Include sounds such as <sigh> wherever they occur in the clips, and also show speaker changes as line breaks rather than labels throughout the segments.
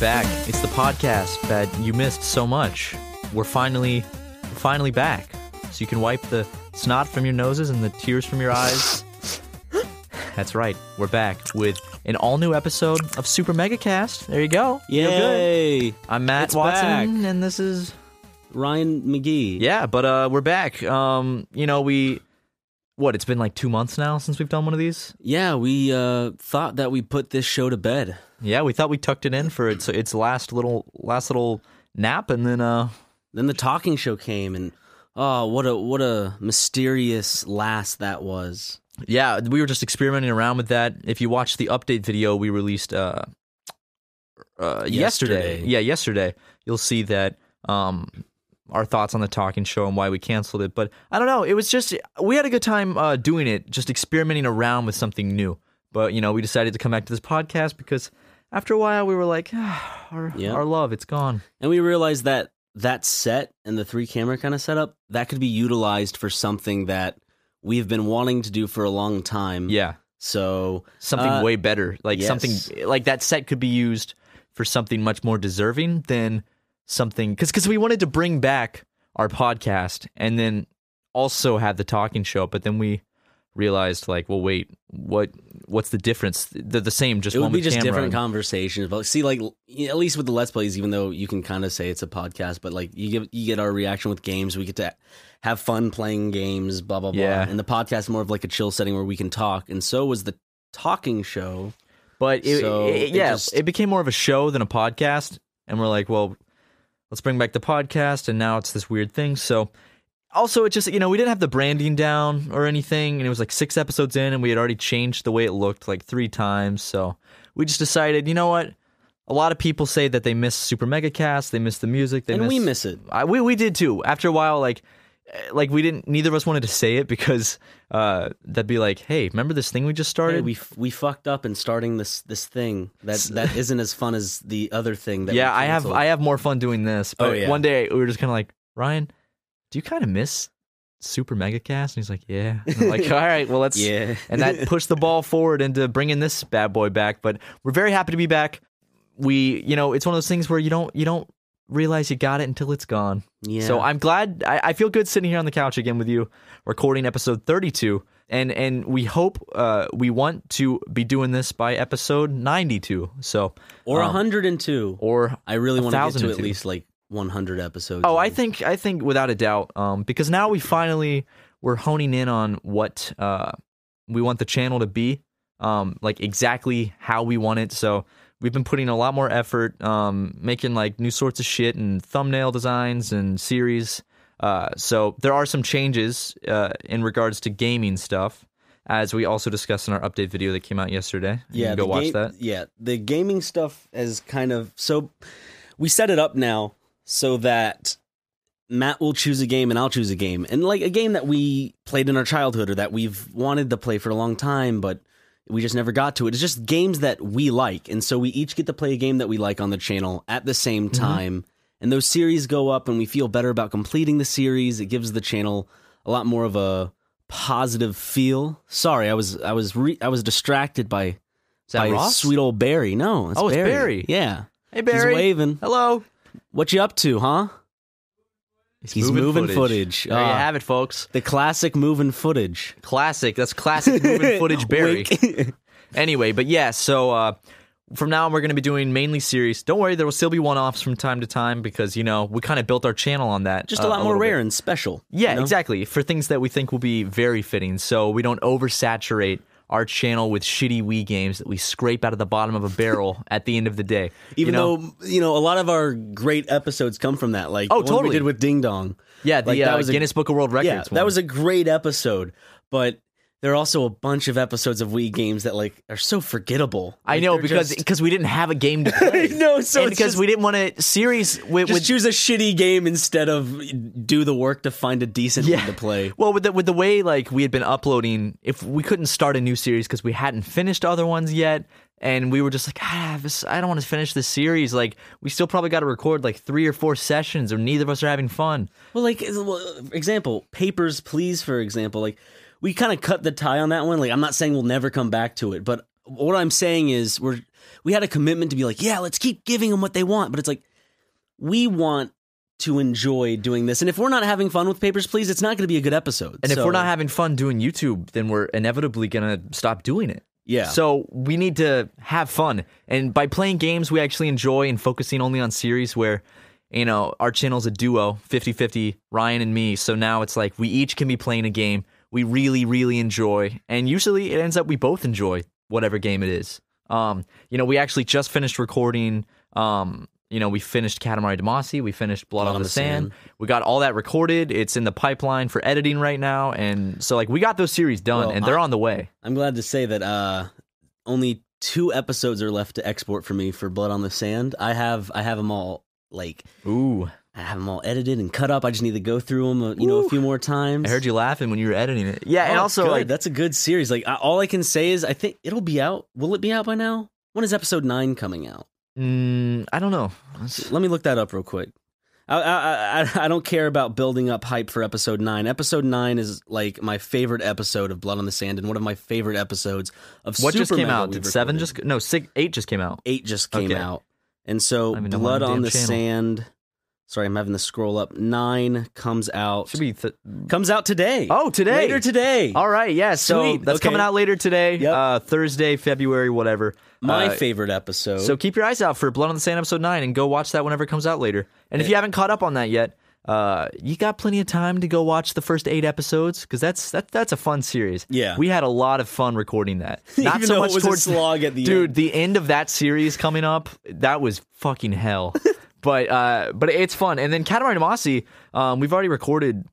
back. It's the podcast that you missed so much. We're finally, finally back. So you can wipe the snot from your noses and the tears from your eyes. That's right. We're back with an all new episode of Super Mega Cast. There you go. Feel good.
Yay!
I'm Matt
It's
Watson, and this is
Ryan McGee.
yeah. But uh, we're back. Um, you know we. What, it's been like two months now since we've done one of these?
Yeah, we uh, thought that we put this show to bed.
Yeah, we thought we tucked it in for its its last little last little nap and then uh
Then the talking show came, and oh, what a what a mysterious last that was.
yeah, we were just experimenting around with that. If you watch the update video we released uh, uh, yesterday.
Yesterday.
yeah, yesterday, you'll see that um, our thoughts on the talking show and why we canceled it. But I don't know, it was just we had a good time uh, doing it, just experimenting around with something new. But you know, we decided to come back to this podcast because after a while we were like, <sighs> ah, our,
Yeah.
our love, it's gone.
And we realized that that set and the three camera kind of setup that could be utilized for something that we've been wanting to do for a long time.
Yeah.
So
something
Uh,
way better. Like
yes.
something like that set could be used for something much more deserving than something because because we wanted to bring back our podcast and then also have the talking show, but then we realized like, well, wait, what what's the difference? They're the same, just
it
one
would be
with
just
camera
different
and-
conversations. But see, like l- at least with the let's plays, even though you can kind of say it's a podcast, but like you give you get our reaction with games. We get to have fun playing games, blah blah
Yeah.
blah. And the podcast is more of like a chill setting where we can talk. And so was the talking show.
But it,
So
it-
it
yeah,
just-
it became more of a show than a podcast. And we're like, well, let's bring back the podcast. And now it's this weird thing. So also, it just, you know, we didn't have the branding down or anything. And it was like six episodes in, and we had already changed the way it looked like three times. So we just decided, you know what? A lot of people say that they miss Super Mega Cast, they miss the music, they
and
miss,
we miss it.
I, we we did too. After a while, like eh, like we didn't. Neither of us wanted to say it because uh, that'd be like, hey, remember this thing we just started?
Hey, we f- we fucked up in starting this this thing that that isn't as fun as the other thing. That
yeah
we
i have
canceled.
i have more fun doing this but
Oh, yeah.
one day we were just kind of like ryan do you kind of miss super mega cast and he's like yeah And I'm
<laughs>
like all right well let's
<laughs> yeah.
<laughs> and
<laughs>
that pushed the ball forward into bringing this bad boy back but we're very happy to be back we you know it's one of those things where you don't you don't realize you got it until it's gone
yeah.
so i'm glad I, I feel good sitting here on the couch again with you recording episode 32 and and we hope uh we want to be doing this by episode 92 so
or
um,
hundred and two.
or
I really
a
want to
thousand
get to
and two.
at least like one hundred episodes.
Oh, I
in.
think I think without a doubt, um, because now we finally we're honing in on what uh, we want the channel to be, um, like exactly how we want it. So we've been putting a lot more effort, um, making like new sorts of shit and thumbnail designs and series. Uh, so there are some changes uh, in regards to gaming stuff, as we also discussed in our update video that came out yesterday. you can go
the
watch
ga-
that.
Yeah, the gaming stuff is kind of so we set it up now so that Matt will choose a game and I'll choose a game. And like a game that we played in our childhood or that we've wanted to play for a long time but we just never got to it. It's just games that we like and so we each get to play a game that we like on the channel at the same
Mm-hmm.
time. And those series go up and we feel better about completing the series. It gives the channel a lot more of a positive feel. Sorry, I was I was re- I was distracted by
Is that
by
Ross?
sweet old Barry. No, it's
Oh, it's
Barry.
Barry.
Yeah,
hey
he's
Barry,
waving.
hello.
What you up to, huh? He's moving footage.
There you
Ah.
have it, folks.
The classic moving footage.
Classic. That's classic moving footage Barry.
Wink.
anyway, but yeah, so uh, from now on, we're going to be doing mainly series. Don't worry, there will still be one offs from time to time because, you know, we kind of built our channel on that.
Just
uh,
a lot more
little bit.
rare and special.
Yeah,
you know?
exactly. For things that we think will be very fitting. So we don't oversaturate our channel with shitty Wii games that we scrape out of the bottom of a barrel
<laughs>
at the end of the day. you
Even
know?
though you know a lot of our great episodes come from that, like
Oh,
the one
totally.
we did with Ding Dong.
Yeah, the
like, that
uh,
was a-
Guinness Book of World Records
yeah,
one.
that was a great episode, but there are also a bunch of episodes of Wii games that like are so forgettable.
I
Like,
know
they're
because
just,
because we didn't have a
<laughs>
game to play.
no, so
and
it's
because
just-
we didn't want to series with,
just
with
choose a shitty game instead of do the work to find a decent one to play.
Well, with the with the way like we had been uploading, if we couldn't start a new series because we hadn't finished other ones yet, and we were just like, ah, this, I don't want to finish this series. Like, we still probably got to record like three or four sessions, or neither of us are having fun.
Well, like is- well, for example, Papers, Please, for example, like we kind of cut the tie on that one. Like I'm not saying we'll never come back to it, but what I'm saying is we're we had a commitment to be like, yeah, let's keep giving them what they want, but it's like we want to enjoy doing this. And if we're not having fun with Papers Please, it's not going to be a good episode.
And if
So,
we're not having fun doing YouTube, then we're inevitably gonna stop doing it.
yeah,
So we need to have fun. And by playing games we actually enjoy and focusing only on series where, you know, our channel's a duo, 50-50, Ryan and me. So now it's like we each can be playing a game we really, really enjoy. And usually it ends up we both enjoy whatever game it is. Um, you know, we actually just finished recording um, you know, we finished Katamari Damacy, we finished Blood, on, the, sand. We got all that recorded. It's in the pipeline for editing right now. And so like we got those series done
Well,
and they're on the way.
I'm glad to say that uh, only two episodes are left to export for me for Blood on the Sand. I have I have them all like
Ooh.
I have them all edited and cut up. I just need to go through them, you know, a few more times.
I heard you laughing when you were editing it. Yeah, and
Oh,
also
good.
like
that's a good series. Like I, all I can say is I think it'll be out. Will it be out by now? When is episode nine coming out?
mm, I don't know. That's-
Let me look that up real quick. I, I I I don't care about building up hype for episode nine. Episode nine is like my favorite episode of Blood on the Sand and one of my favorite episodes of
What just
Superman
came
that
out?
we've
Did seven
recorded.
just no six eight just came out?
eight just came
Okay.
out, and so
I haven't done
Blood
one on
on
the
the
damn channel.
Sand. Sorry, I'm having to scroll up. Nine comes out.
Should be th-
comes out today.
oh today.
later today.
All right, yeah. So
Sweet,
that's
okay.
coming out later today,
Yep.
uh, Thursday, February, whatever.
My
Uh,
favorite episode.
so keep your eyes out for Blood on the Sand episode nine, and go watch that whenever it comes out later. And if you haven't caught up on that yet, uh, you got plenty of time to go watch the first eight episodes because that's that, that's a fun series.
Yeah.
we had a lot of fun recording that. Not
<laughs> Even
so
though
much
it was
towards
a slog at the
dude
end.
the end of that series coming up that was fucking
<laughs>
hell but uh but it's fun and then katamari damacy um we've already recorded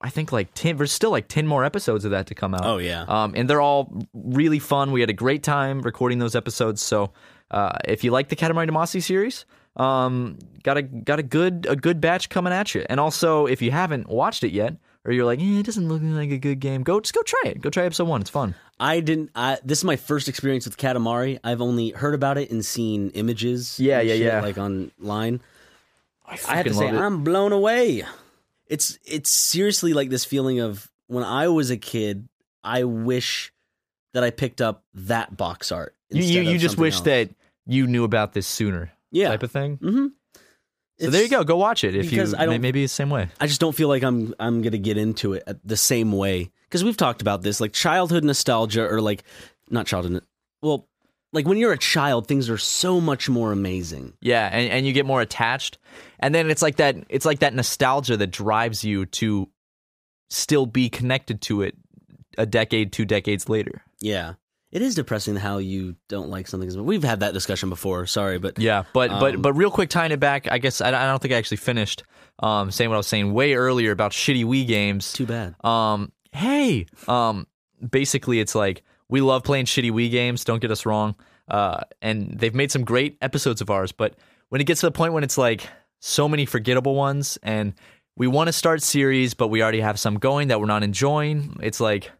i think like 10 there's still like 10 more episodes of that to come out
Oh, yeah.
um and they're all really fun we had a great time recording those episodes so uh if you like the katamari damacy series um got a got a good a good batch coming at you and also if you haven't watched it yet or you're like, eh, it doesn't look like a good game. Go, just go try it. Go try episode one. It's fun.
I didn't. I, this is my first experience with Katamari. I've only heard about it and seen images.
Yeah,
and
yeah,
shit,
yeah.
Like online.
I,
I have to say, I'm blown away. It's it's seriously like this feeling of when I was a kid. I wish that I picked up that box art.
you you,
instead
you
of
just
something
wish
else.
that you knew about this sooner
yeah.
type of thing
mm-hmm.
so there you go go watch it if you
because I
may-
don't-
maybe it's the same way
I just don't feel like I'm I'm gonna get into it at the same way because we've talked about this like childhood nostalgia or like not childhood well like when you're a child things are so much more amazing
yeah and, and you get more attached and then it's like that it's like that nostalgia that drives you to still be connected to it a decade two decades later
yeah it is depressing how you don't like something as much. we've had that discussion before sorry but
Yeah, but but
Um,
but real quick, tying it back. I guess I, I don't think I actually finished um, saying what I was saying way earlier about shitty Wii games.
Too bad.
Um, hey, um, basically, it's like we love playing shitty Wii games. Don't get us wrong. Uh, and they've made some great episodes of ours, but when it gets to the point when it's like so many forgettable ones, and we want to start series, but we already have some going that we're not enjoying. It's like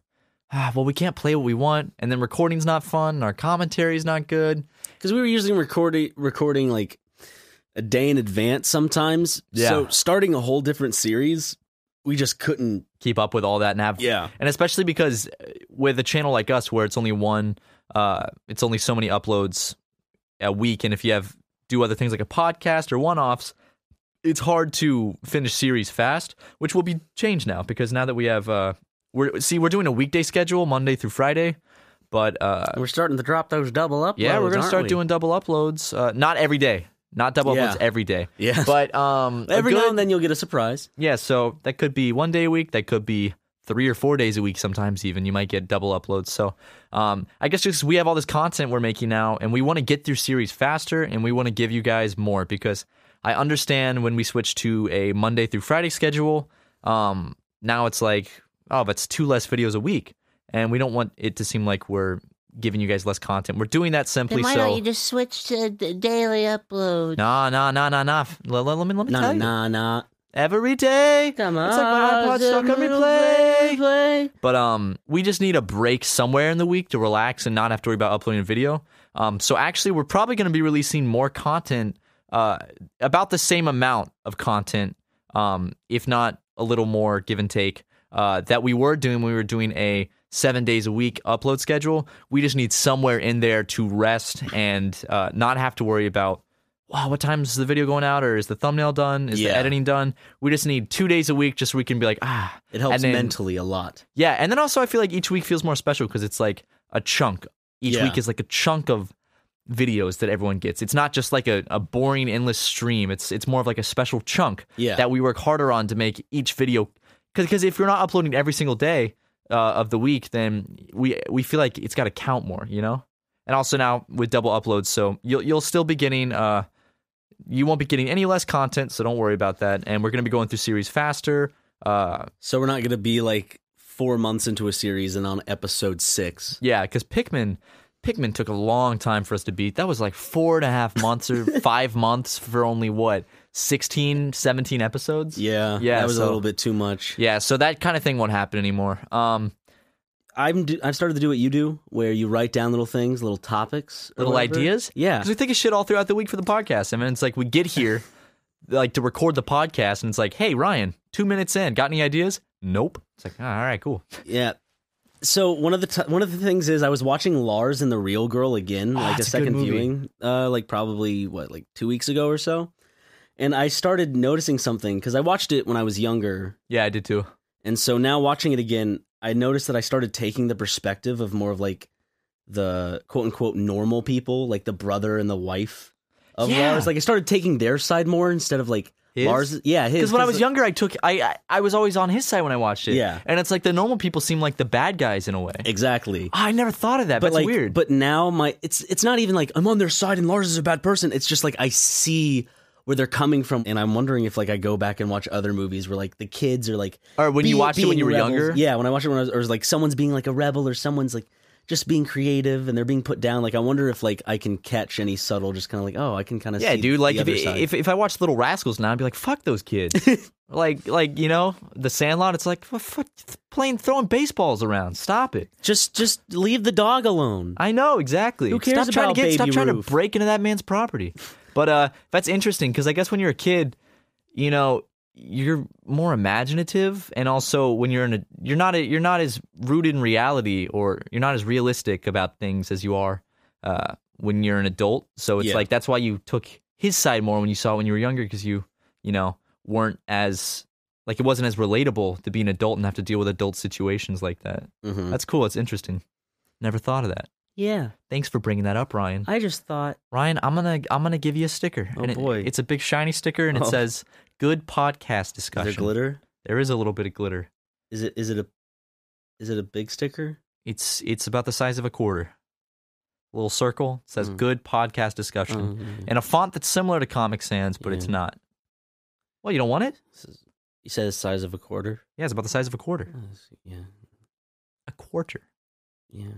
ah, well, we can't play what we want, and then recording's not fun, and our commentary's not good.
because we were usually recording recording like a day in advance sometimes
Yeah.
so starting a whole different series we just couldn't
keep up with all that and have
yeah
and especially because uh, with a channel like us where it's only one uh it's only so many uploads a week and if you have do other things like a podcast or one-offs it's hard to finish series fast which will be changed now because now that we have uh we're see we're doing a weekday schedule monday through friday but uh
we're starting to drop those double up
yeah we're gonna start doing double uploads uh not every day not double
Yeah.
uploads every day
yeah
but um a
Every now
good-
and then you'll get a surprise.
yeah, so that could be one day a week. That could be three or four days a week. Sometimes even you might get double uploads. So um, I guess just we have all this content we're making now, and we want to get through series faster, and we want to give you guys more because I understand when we switch to a Monday through Friday schedule. Um, now it's like oh, that's two less videos a week, and we don't want it to seem like we're giving you guys less content. We're doing that simply
Then why
so.
don't you just switch to d- daily upload?
Nah, nah, nah, nah, nah. Let, let, let me, let me
Nah,
tell you.
nah, nah.
Every day.
Come on,
It's like my iPod stuck on replay. But um, we just need a break somewhere in the week to relax and not have to worry about uploading a video. Um, so actually, we're probably going to be releasing more content, uh, about the same amount of content, um, if not a little more, give and take, uh, that we were doing when we were doing a seven days a week upload schedule. We just need somewhere in there to rest and uh, not have to worry about, wow, what time is the video going out or is the thumbnail done? Is
Yeah.
the editing done? We just need two days a week just so we can be like, ah,
It helps
And then-
mentally a lot.
yeah, and then also I feel like each week feels more special because it's like a chunk. Each
Yeah.
week is like a chunk of videos that everyone gets. It's not just like a, a boring endless stream. It's it's more of like a special chunk
Yeah.
that we work harder on to make each video. Because if you're not uploading every single day uh, of the week, then we we feel like it's got to count more, you know. And also now with double uploads, so you'll you'll still be getting uh you won't be getting any less content, so don't worry about that. And we're gonna be going through series faster. Uh,
so we're not going to be like four months into a series and on episode six.
Yeah, because Pikmin, Pikmin took a long time for us to beat. That was like four and a half months
<laughs>
or five months for only what 16, 17 episodes.
Yeah.
Yeah,
That was
so-
a little bit too much.
Yeah, so that kind of thing won't happen anymore. Um,
I'm do- I've started to do what you do, where you write down little things, little topics, or
little
whatever.
ideas.
Yeah,
Because we think of shit all throughout the week for the podcast, and then it's like we get
<laughs>
here, like to record the podcast, and it's like, hey Ryan, two minutes in, got any ideas? Nope. It's like, "Ah, all right, cool.
yeah. So one of the t- one of the things is I was watching Lars and the Real Girl again,
Oh,
like a
that's a good
second
movie.
viewing, uh, like probably what like two weeks ago or so, and I started noticing something because I watched it when I was younger,
Yeah, I did too.
and so now watching it again, I noticed that I started taking the perspective of more of like the quote unquote normal people, like the brother and the wife of
Yeah.
Lars. Like I started taking their side more instead of like
His?
Lars. Yeah, his.
Because when I was
like-
younger, I took I, I I was always on his side when I watched it.
Yeah.
and it's like the normal people seem like the bad guys in a way.
exactly.
I never thought of that.
but
That's
like
weird.
but now my it's it's not even like i'm on their side and lars is a bad person it's just like i see where they're coming from and i'm wondering if like i go back and watch other movies where like the kids are like
or when you
be-
watched it when
being
you were
rebels.
younger.
yeah when i watched it when i was or like someone's being like a rebel or someone's like just being creative and they're being put down like i wonder if like i can catch any subtle just kind of like oh i can kind of
Yeah,
see
dude. Like
the
if,
other side.
if if I watched Little Rascals now, I'd be like, fuck those kids.
<laughs>
like like you know, The Sandlot. It's like f- f- playing throwing baseballs around. Stop it.
just just leave the dog alone
I know exactly.
Who cares
stop trying
about
to get stop
Baby
trying
Ruth?
to break into that man's property. But uh that's interesting because I guess when you're a kid, you know, you're more imaginative and also when you're in a you're not a, you're not as rooted in reality or you're not as realistic about things as you are uh when you're an adult. So it's
Yeah.
like that's why you took his side more when you saw it when you were younger because you, you know, weren't as like it wasn't as relatable to be an adult and have to deal with adult situations like that.
Mhm.
That's cool. It's interesting. Never thought of that
yeah
thanks for bringing that up, Ryan.
i just thought
Ryan, I'm gonna I'm gonna give you a sticker.
Oh,
and it-
boy.
it's a big shiny sticker, and it
Oh.
says "Good podcast
is there
discussion."
glitter
There is a little bit of glitter.
is it is it a is it a big sticker
It's it's about the size of a quarter. little circle says
Mm.
"Good podcast discussion,"
Um,
and a font that's similar to Comic Sans, but it's
Yeah.
not. Well, you don't want it.
This is- You said the size of a quarter. Oh,
Yeah, it's about the size of a quarter.
Yeah,
A quarter.
yeah.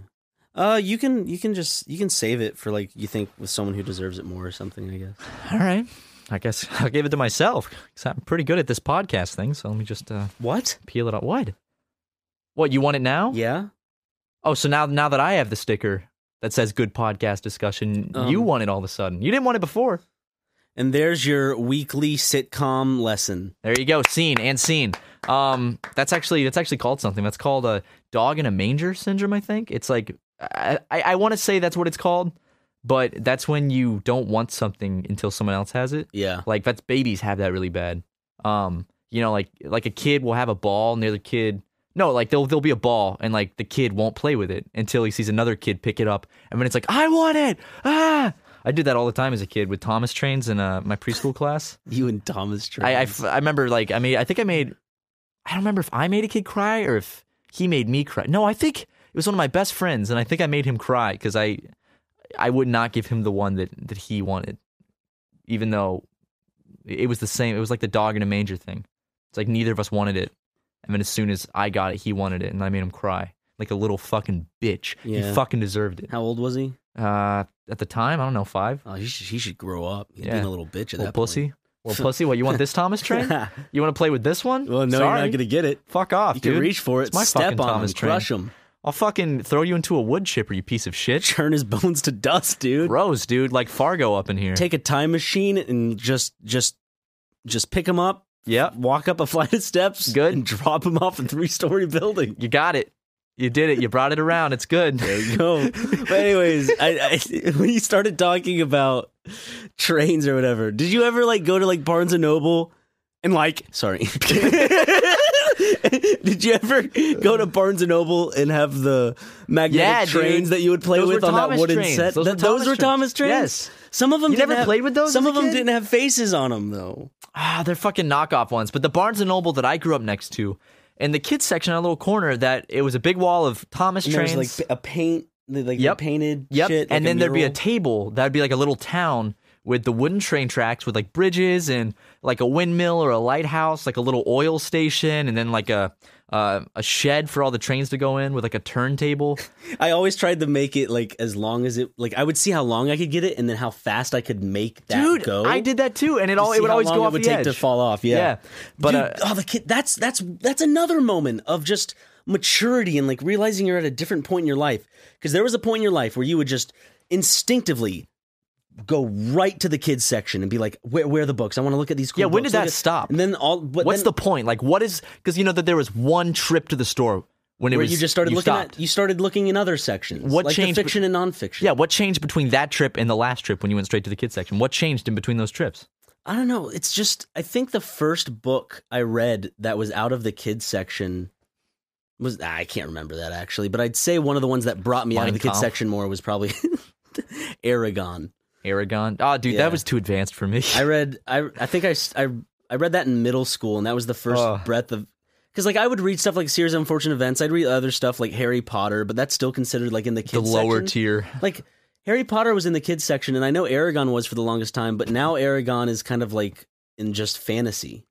Uh, you can you can just you can save it for like you think with someone who deserves it more or something. I guess.
All right. I guess <laughs> I'll give it to myself because I'm pretty good at this podcast thing. So let me just uh,
What?
peel it out wide. What you want it now?
Yeah.
Oh, so now now that I have the sticker that says good podcast discussion, you
Um,
want it all of a sudden. You didn't want it before.
And there's your weekly sitcom lesson.
There you go, scene and scene. Um, that's actually that's actually called something. That's called a dog in a manger syndrome. I think it's like I I, I want to say that's what it's called, but that's when you don't want something until someone else has it.
Yeah.
Like that's babies have that really bad. Um, you know, like like a kid will have a ball and the other kid no, like there'll there'll be a ball and like the kid won't play with it until he sees another kid pick it up and then it's like, I want it. Ah I did that all the time as a kid with Thomas trains in uh, my preschool class.
You and Thomas. Trains.
I, I f- I remember like I made I think I made I don't remember if I made a kid cry or if he made me cry. No, I think it was one of my best friends and I think I made him cry because I I would not give him the one that that he wanted, even though it was the same. It was like the dog in a manger thing. It's like neither of us wanted it, and then as soon as I got it, he wanted it, and I made him cry like a little fucking bitch.
Yeah.
He fucking deserved it.
How old was he?
Uh, at the time, I don't know, five.
Oh, he should, he should grow up. He's
Yeah.
being a little bitch at
Well,
that
pussy. Well, pussy. What you want this
<laughs>
Thomas train?
point.
You want to play with this one?
well, no,
Sorry.
you're not gonna get it.
Fuck off,
You
dude.
can reach for it.
It's my
step
fucking
on
Thomas
him.
Train.
Crush him. <laughs>
I'll fucking throw you into a wood chipper, you piece of shit.
Turn his bones to dust, dude.
Gross, dude. Like Fargo up in here.
take a time machine and just just just pick him up
Yep.
walk up a flight of steps,
Good.
and drop him off a three story
<laughs>
building.
You got it. You did it. You brought it around. It's good.
There you go. but anyways, I, I when you started talking about trains or whatever, did you ever like go to like Barnes and Noble and like sorry. <laughs> Did you ever go to Barnes and Noble and have the magnetic
Yeah, dude.
trains that you would play
Those
with
were
on that
Thomas
wooden
trains.
set?
Those
Th-
were
those
Thomas
were
trains.
Thomas trains.
Yes.
Some of them
You
didn't
never
have-
played with those
Some
as
of
a
them
kid?
didn't have faces on them though.
<sighs> Ah, they're fucking knockoff ones. But the Barnes and Noble that I grew up next to, in the kids section, a little corner that it was a big wall of Thomas
And there
trains.
was like a paint, like the
Yep.
painted
Yep.
shit, like
and then there'd be a
mural.
table that'd be like a little town with the wooden train tracks with like bridges and like a windmill or a lighthouse, like a little oil station, and then like a uh, a shed for all the trains to go in with like a turntable.
I always tried to make it like as long as it like I would see how long I could get it and then how fast I could make that
Dude,
go.
I did that too, and it all
See
it would
how
always
long
go
it
off
would
the
take
edge.
to fall off. Yeah,
Yeah. But,
Dude,
uh,
oh, the kid. That's that's that's another moment of just maturity and like realizing you're at a different point in your life. Because there was a point in your life where you would just instinctively go right to the kids section and be like, "Where, where are the books? I want to look at these." Cool
Yeah, when
books.
did
Look
that
at-"
stop?
And then all. But
What's
then,
the point? Like, what is because you know that there was one trip to the store when it
where
was
you just started looking
stopped.
at you started looking in other sections?
What
like the
changed be-
fiction and nonfiction?
Yeah, what changed between that trip and the last trip when you went straight to the kids section? What changed in between those trips?
I don't know. It's just I think the first book I read that was out of the kids section was I can't remember that actually, but I'd say one of the ones that brought me out of
Mein
the kids
Kampf?
section more was probably <laughs> Aragon.
Aragon. Oh, dude,
Yeah.
that was too advanced for me.
I read I I think I s- I- I read that in middle school and that was the first
Oh.
breadth of because like I would read stuff like series of unfortunate events. I'd read other stuff like Harry Potter, but that's still considered like in
<laughs>
the
the
kids
lower
section.
tier.
like Harry Potter was in the kids section, and I know Aragon was for the longest time, but now Aragon is kind of like in just fantasy.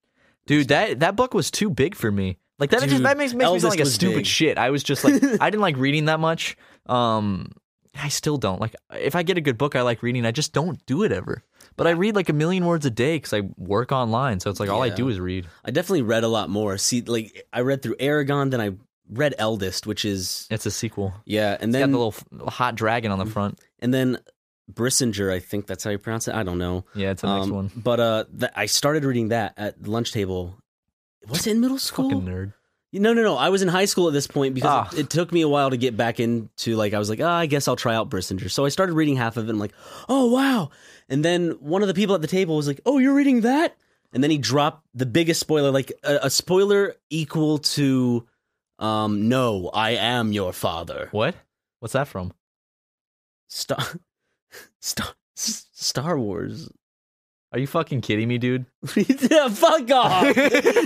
Dude, that that book was too big for me. Like that just
Dude,
that makes, makes me
Elvis
sound like a
was
stupid
big.
shit. I was
<laughs>
just like I didn't like reading that much. Um I still don't. Like if I get a good book I like reading, I just don't do it ever. But I read like a million words a day cuz I work online, so it's like all I
Yeah.
do is read.
I definitely read a lot more. See, like I read through Aragon, then I read Eldest, which is
It's a sequel.
yeah, and
It's got
then Mm-hmm.
the little f- hot dragon on the front.
and then Brissinger. I think that's how you pronounce it. I don't know.
Yeah, it's the next
Um,
one.
But uh, th- I started reading that at the lunch table. Was it in middle school?
Fucking nerd.
No, no, no. I was in high school at this point because
Ah.
it, it took me a while to get back into like I was like, ah, I guess I'll try out Brissinger. So I started reading half of it. And I'm like, oh wow! And then one of the people at the table was like, oh, you're reading that? And then he dropped the biggest spoiler, like a, a spoiler equal to, um, no, I am your father.
What? What's that from?
Star, <laughs> Star, S- Star Wars. <laughs>
Are you fucking kidding me, dude?
Yeah, Fuck off!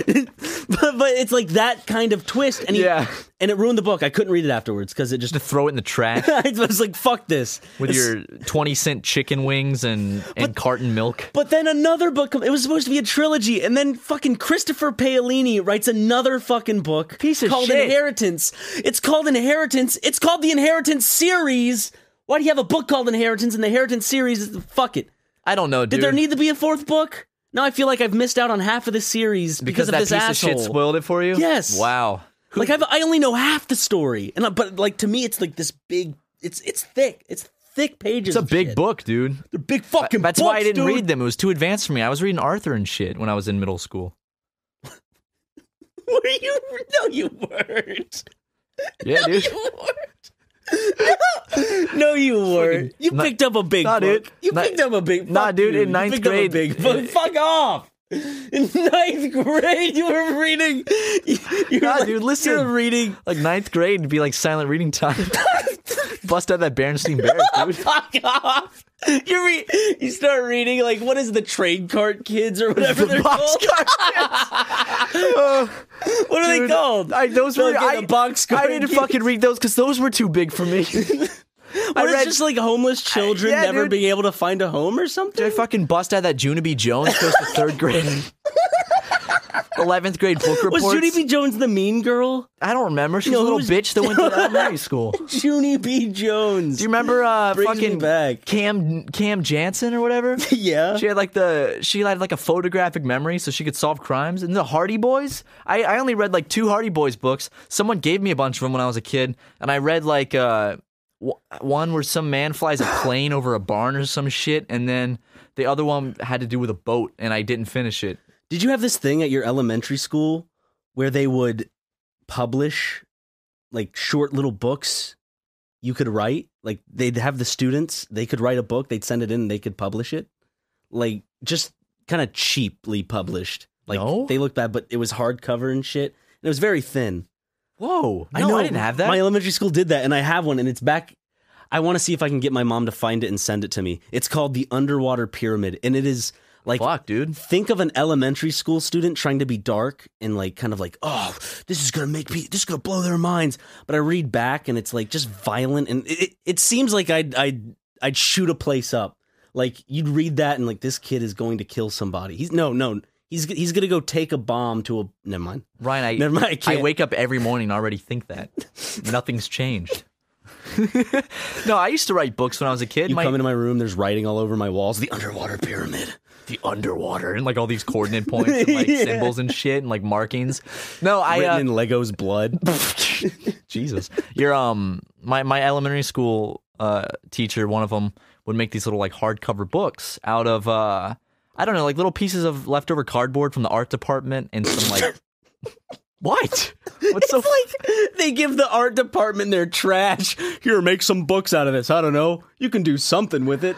<laughs> but but it's like that kind of twist, and
<laughs>
he, and it ruined the book. I couldn't read it afterwards because it just
To throw it in the
<laughs>
trash
I was like, fuck this.
with your 20 cent chicken wings and, and carton milk.
But then another book, come- it was supposed to be a trilogy, and then fucking Christopher Paolini writes another fucking book
Piece of
called
shit.
Inheritance. It's called Inheritance. It's called the Inheritance series. Why do you have a book called Inheritance and the Inheritance series? is- Fuck it.
I don't know, dude.
Did there need to be a fourth book? Now I feel like I've missed out on half of the series
because
because, of
that
this
piece
asshole.
of shit spoiled it for you.
Yes.
Wow.
like I've, I only know half the story, and I, but like to me, it's like this big. It's it's thick. It's thick pages.
It's a
of
big
shit.
book, dude.
They're big fucking.
That's why I
books,
didn't
dude.
read them. It was too advanced for me. I was reading Arthur and shit when I was in middle
<laughs>
school.
Were you? No, you weren't.
Yeah, dude.
You weren't. <laughs> No, you weren't. You
Nah-
picked up a big
nah,
book.
dude.
You
Nah-
picked up a big.
nah,
fuck
dude,
you.
in
You
ninth
picked up a
grade-
big book.
<laughs>
Fuck off. In ninth grade, you were reading. You, you
Nah,
were like-
dude, listen.
You were reading.
Like ninth grade would be like silent reading time.
<laughs>
Bust out that Berenstain Bears, dude.
Fuck off. You re- You start reading like what is the train cart kids or whatever
The
they're called? <laughs>
Uh,
What are
dude,
they called?
I, those
They're
were
like in
I,
a box
I
cart
didn't
kids.
fucking read those because those were too big for
<laughs>
me. I
What is
read
just like homeless children
yeah,
never
dude.
being able to find a home or
Did
something?
I fucking bust out that Junie B. Jones goes to third
<laughs>
grade? Eleventh grade book
Was
reports.
Judy B. Jones the mean girl?
I don't remember. She's
No,
a little
who's-
bitch that went to
<laughs>
elementary school. Do
Judy B. Jones.
you remember uh,
Brings me
fucking
back.
Cam Cam Jansen or
<laughs>
whatever?
Yeah.
She had like the she had like a photographic memory, so she could solve crimes. And the Hardy Boys, I, I only read like two Hardy Boys books. Someone gave me a bunch of them when I was a kid, and I read like uh, w- one where some man flies a plane over a barn or some shit, and then the other one had to do with a boat, and I didn't finish it.
Did you have this thing at your elementary school where they would publish like short little books you could write? Like they'd have the students, they could write a book, they'd send it in, and they could publish it. Like just kind of cheaply published. Like
No?
they looked bad, but it was hardcover and shit. And it was very thin.
Whoa. No, I,
know,
didn't have that.
My elementary school did that, and I have one, and it's back. I want to see if I can get my mom to find it and send it to me. It's called the Underwater Pyramid, and it is like
Fuck, dude.
think of an elementary school student trying to be dark and like kind of like oh this is gonna make me this is gonna blow their minds but i read back and it's like just violent and it, it, it seems like I'd, I'd i'd shoot a place up like you'd read that and like this kid is going to kill somebody he's no no he's he's gonna go take a bomb to a never mind
Ryan, I
never mind i
I
can't
wake up every morning and already think
<laughs>
that. Nothing's changed. <laughs> no, I used to write books when I was a kid.
you
My-
come into my room there's writing all over my walls the underwater pyramid
the underwater and like all these coordinate
<laughs>
points and like
Yeah.
symbols and shit and like markings. No, I
written
uh,
in lego's blood
<laughs>
<laughs>
Jesus. Your um my my elementary school uh teacher, one of them would make these little like hardcover books out of uh I don't know, like little pieces of leftover cardboard from the art department and some like
<laughs>
What? What's so
like they give the art department their trash. Here, make some books out of this. I don't know. You can do something with it.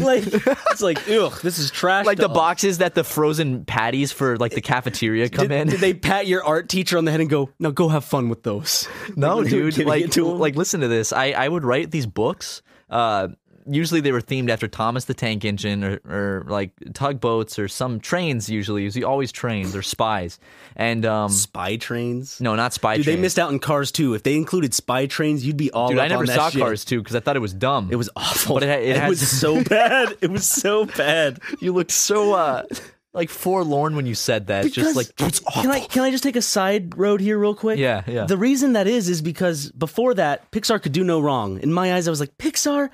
like it's like, ugh, this is trash.
like
to
the
us.
boxes that the frozen patties for like the cafeteria come
Did,
in?
did they pat your art teacher on the head and go, "Now go have fun with those"?
<laughs>
<laughs>
No,
Like, when you were
dude.
giving it
Like,
to 'em?
like, listen to this. I, I would write these books. Uh, usually they were themed after Thomas the Tank Engine or, or like tugboats or some trains. Usually, usually always trains or spies. And um,
spy trains.
no, not spy.
Dude, they
trains.
missed out on cars too. If they included spy trains, you'd be all.
Dude,
up
I never
on that
saw
shit.
Cars too because I thought it was dumb.
<laughs> It was awful.
But it had- it had-
was so bad. It was so bad. <laughs>
you looked so uh, <laughs> like forlorn when you said that.
Because-
just like <laughs> it's
Can
awful.
I can I just take a side road here real quick?
Yeah, yeah.
The reason that is is because before that, Pixar could do no wrong. In my eyes, I was like, Pixar,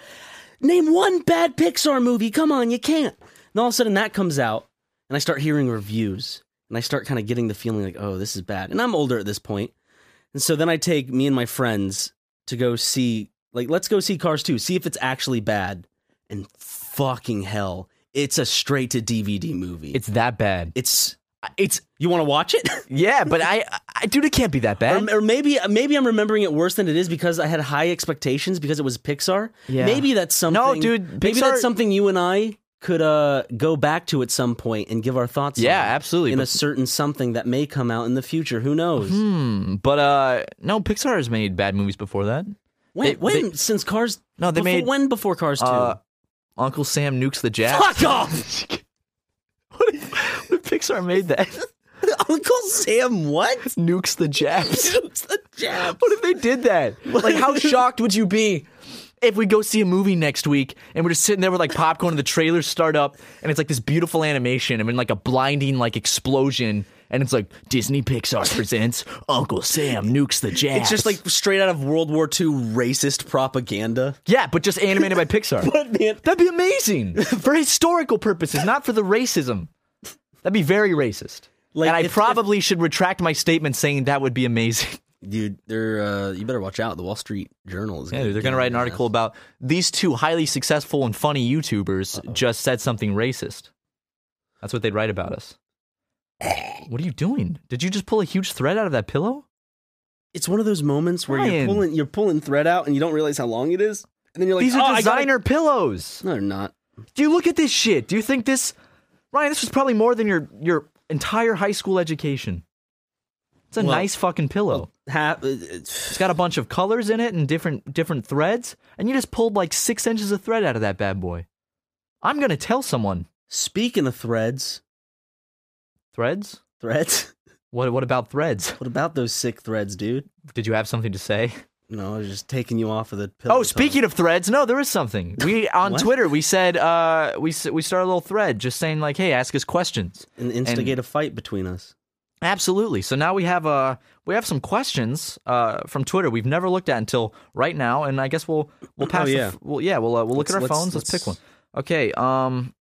name one bad Pixar movie. Come on, you can't. And all of a sudden, that comes out, and I start hearing reviews, and I start kind of getting the feeling like, oh, this is bad. And I'm older at this point, and so then I take me and my friends to go see, like, let's go see Cars 2, see if it's actually bad. And fucking hell, it's a straight to DVD movie.
it's that
<laughs>
bad.
It's it's you want to watch it, <laughs>
yeah, but I, I, dude, it can't be that bad.
or, or maybe maybe I'm remembering it worse than it is because I had high expectations because it was Pixar.
Yeah.
Maybe that's something.
dude,
Maybe that's
Pixar-
something you and I could uh go back to at some point and give our thoughts.
yeah,
on
absolutely.
in
but-
a certain something that may come out in the future. Who knows?
Hmm. But uh, no, Pixar has made bad movies before that.
When
They-
when
they-
since Cars?
No, they
before,
made
when before Cars two.
uh, Uncle Sam nukes the Jap.
Fuck off,
<laughs> what, if, what if Pixar made that?
<laughs> Uncle Sam.
<laughs>
What? <laughs>
nukes the Japs.
It's the jab.
<laughs> What if they did that? Like, <laughs> how shocked would you be if we go see a movie next week and we're just sitting there with like popcorn and the trailers start up and it's like this beautiful animation and then like a blinding like explosion and it's like Disney Pixar presents Uncle Sam nukes the Japs.
It's just like straight out of World War II racist propaganda.
yeah, but just animated by <laughs> Pixar.
But man,
That'd be <laughs> amazing for historical purposes, not for the racism. That'd be very racist.
Like,
and I
if-
probably should retract my statement saying that would be amazing.
dude they're uh you better watch out the wall street journal is
Yeah, <laughs> they're going to
get
write an
on
article
your
about these two highly successful and funny YouTubers just said something racist. That's what they'd write about us. What are you doing? Did you just pull a huge thread out of that pillow?
ass. it's one of those moments where you're
Ryan.
pulling you're pulling thread out and you don't realize how long it is and then you're like
These
"Oh,
are
I gotta-"
designer pillows.
no they're not
Do you look at this shit? Do you think this Ryan, this was probably more than your your entire high school education. It's a
Well-
nice fucking pillow.
ha- uh, it's-
It's got a bunch of colors in it and different different threads, and you just pulled like six inches of thread out of that bad boy. I'm gonna tell someone.
speaking of threads
Threads?
threads <laughs>
What what about threads?
what about those sick threads dude
Did you have something to say?
no i was just taking you off of the pillow
Oh, speaking of threads, no, there is something. We on
What?
Twitter we said uh we s- we started a little thread just saying like, hey, ask us questions.
and instigate a fight between us
Absolutely. So now we have uh we have some questions uh from Twitter we've never looked at until right now, and I guess we'll
<clears throat>
we'll pass. the
Oh, yeah.
f- we'll, yeah, we'll uh, we'll look
Let's-
at our
let's-
phones. Let's, pick one.
let's-
Okay. Um,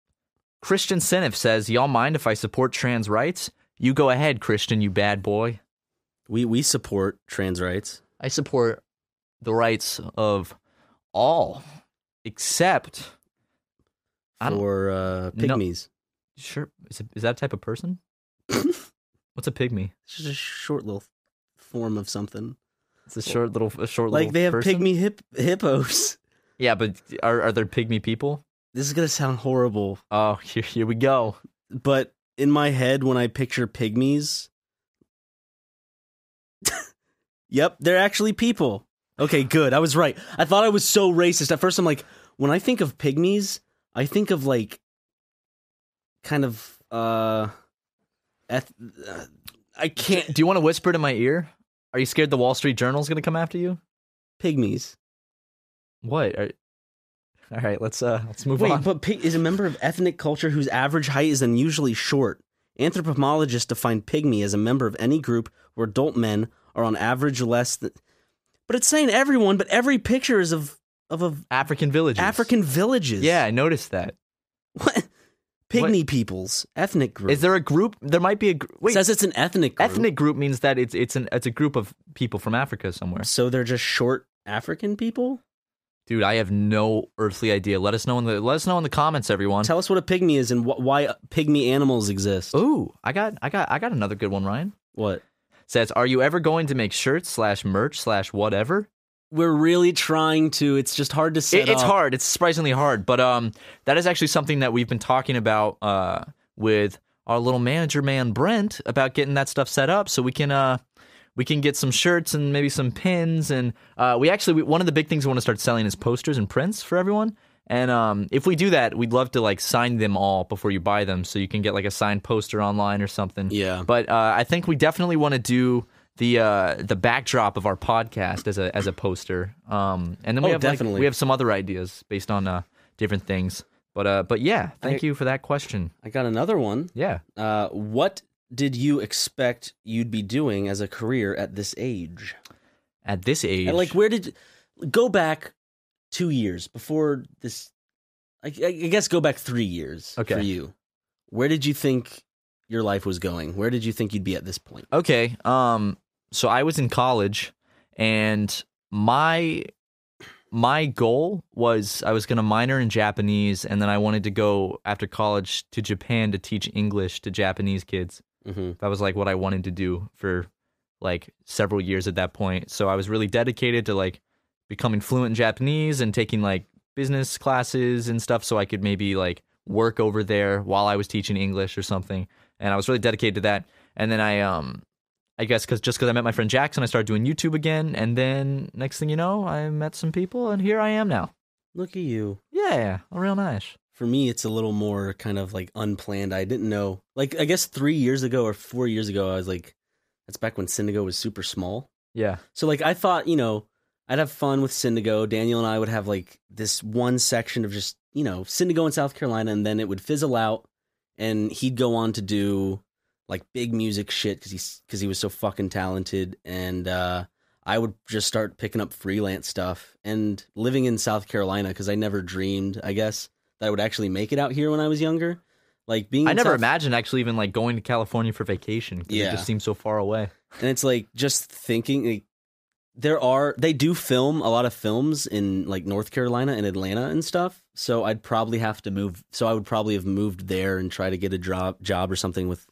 Christian Seneff says, "Y'all mind if I support trans rights? You go ahead, Christian. You bad boy.
we we support trans rights
I support the rights of all, except I don't-
for uh
No.
pygmies <laughs>
sure. Is, it, is that a type of person? What's a pygmy?
It's just a short little form of something.
It's a short little, a short
Like
little
they have
person?
pygmy hip- hippos. <laughs>
Yeah, but are are there pygmy people?
This is gonna sound horrible,
Oh, <laughs> here, here we go.
but in my head, when I picture pygmies, <laughs> yep, they're actually people. Okay, good. I was right. I thought I was so racist at first. I'm like, when I think of pygmies, I think of like, kind of, uh, eth- uh, I can't
Do you want to whisper it in my ear? Are you scared the Wall Street Journal's going to come after you?
pygmies.
What? Are, all right, let's uh let's move
Wait,
on.
but pig is a member of ethnic culture whose average height is unusually short. Anthropologists define pygmy as a member of any group where adult men are on average less than. But it's saying everyone, but every picture is of of, of
African villages.
African villages.
Yeah, I noticed that.
What? Pygmy peoples, ethnic group.
Is there a group? There might be a gr- wait.
It says it's an ethnic group.
ethnic group means that it's it's an it's a group of people from Africa somewhere.
So they're just short African people?
Dude, I have no earthly idea. Let us know in the let us know in the comments, everyone.
Tell us what a pygmy is and wh- why pygmy animals exist.
Ooh, I got I got I got another good one. Ryan
What?
says, "Are you ever going to make shirts slash merch slash whatever?"
We're really trying to. It's just hard to
It-
set
it's
up.
hard. It's surprisingly hard, but um, that is actually something that we've been talking about uh with our little manager man Brent about getting that stuff set up so we can uh we can get some shirts and maybe some pins and uh we actually we, one of the big things we want to start selling is posters and prints for everyone. And um, if we do that, we'd love to like sign them all before you buy them, so you can get like a signed poster online or something.
Yeah.
But uh, I think we definitely want to do the uh, the backdrop of our podcast as a as a poster. Um, and then we
Oh,
have like,
definitely.
we have some other ideas based on uh, different things. But uh, but yeah, thank you for that question.
I got another one.
Yeah.
Uh, what did you expect you'd be doing as a career at this age?
At this age,
And, like, where did go back two years before this? I, I guess go back three years for
Okay.
you. Where did you think your life was going? Where did you think you'd be at this point?
okay. Um, so I was in college, and my my goal was I was going to minor in Japanese, and then I wanted to go after college to Japan to teach English to Japanese kids.
Mm-hmm.
that was like what I wanted to do for like several years at that point. So I was really dedicated to like becoming fluent in Japanese and taking like business classes and stuff so I could maybe like work over there while I was teaching English or something. And I was really dedicated to that. And then I um I guess cuz just cuz I met my friend Jackson I started doing YouTube again and then next thing you know I met some people and here I am now.
Look at you.
Yeah, real nice.
For me, it's a little more kind of like unplanned. I didn't know. Like, I guess three years ago or four years ago, I was like, that's back when Syndigo was super small.
Yeah.
So like I thought, you know, I'd have fun with Syndigo. Daniel and I would have like this one section of just, you know, Syndigo in South Carolina and then it would fizzle out and he'd go on to do like big music shit cuz he's cuz he was so fucking talented and uh I would just start picking up freelance stuff and living in South Carolina cuz I never dreamed, I guess, that I would actually make it out here when I was younger. Like being
I
in
never
South-
imagined actually even like going to California for vacation. 'cause
Yeah.
It just seems so far away.
and it's like just thinking like there are they do film a lot of films in like North Carolina and Atlanta and stuff. So I'd probably have to move. So I would probably have moved there and try to get a job job or something with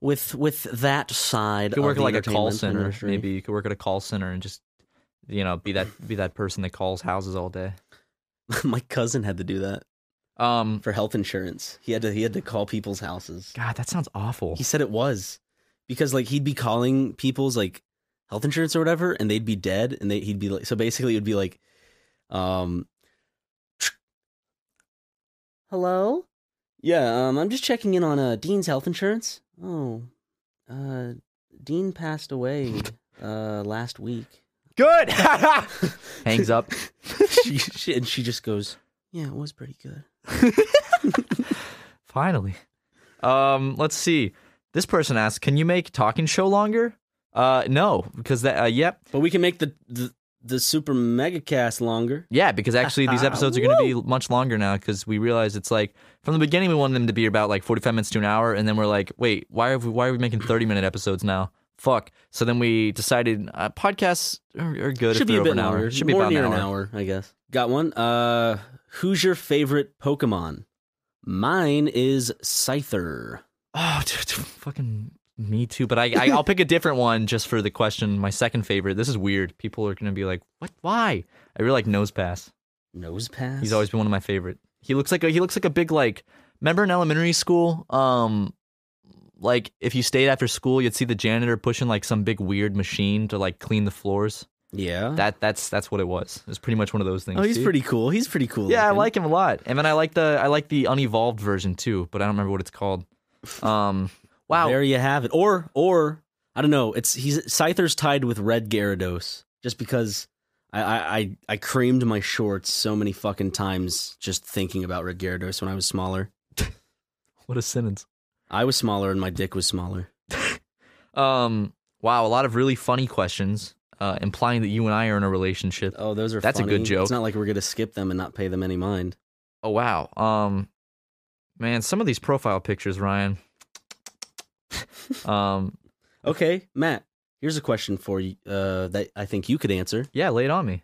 with with that side.
You could
of
work
the
at like a call
entertainment
center.
industry.
Maybe you could work at a call center and just you know be that be that person that calls houses all day.
<laughs> my cousin had to do that
Um,
for health insurance. He had to he had to call people's houses.
God, that sounds awful.
He said it was because like he'd be calling people's like health insurance or whatever, and they'd be dead, and they he'd be like so basically it would be like, um,
Hello?
yeah, um, I'm just checking in on uh Dean's health insurance. Oh, uh, Dean passed away uh last <laughs> week.
Good. Hangs up.
she, she and she just goes, yeah, it was pretty good.
Finally. Um, let's see. This person asks, "Can you make talking show longer?" Uh, no, because that. Uh, yep.
But we can make the the, the super mega cast longer.
Yeah, because actually these episodes are going to be much longer now because we realize it's like from the beginning we wanted them to be about like 45 minutes to an hour and then we're like, wait, why are we, why are we making 30 minute episodes now? Fuck. So then we decided uh, podcasts are, are good if
Should be
they're
a
over
bit
an hour.
longer.
Should be
More
about
near
an hour.
I guess. Got one. Uh, who's your favorite Pokemon? Mine is Scyther.
Oh, dude, fucking me too. But I, I I'll pick a different one just for the question. My second favorite. This is weird. People are gonna be like, "What? Why?" I really like Nose Pass.
Nose pass.
He's always been one of my favorite. He looks like a, he looks like a big like. Remember in elementary school, um, like if you stayed after school, you'd see the janitor pushing like some big weird machine to like clean the floors.
yeah.
That that's that's what it was. It's pretty much one of those things.
Mm-hmm. oh, he's
dude.
pretty cool. He's pretty cool.
Yeah, I
looking.
like him a lot. And then I like the I like the unevolved version too, but I don't remember what it's
<laughs>
called. Um, wow,
There you have it. Or or I don't know. It's he's Scyther's tied with Red Gyarados just because I I I, I creamed my shorts so many fucking times just thinking about Red Gyarados when I was smaller.
what a sentence.
I was smaller and my dick was smaller.
Um, wow, a lot of really funny questions, uh, implying that you and I are in a relationship.
Oh, those are
That's a
funny.
good joke.
It's not like we're gonna skip them and not pay them any mind.
Oh wow. Um, man, some of these profile pictures, Ryan. um,
Okay, Matt. Here's a question for you uh, that I think you could answer.
yeah, lay it on me.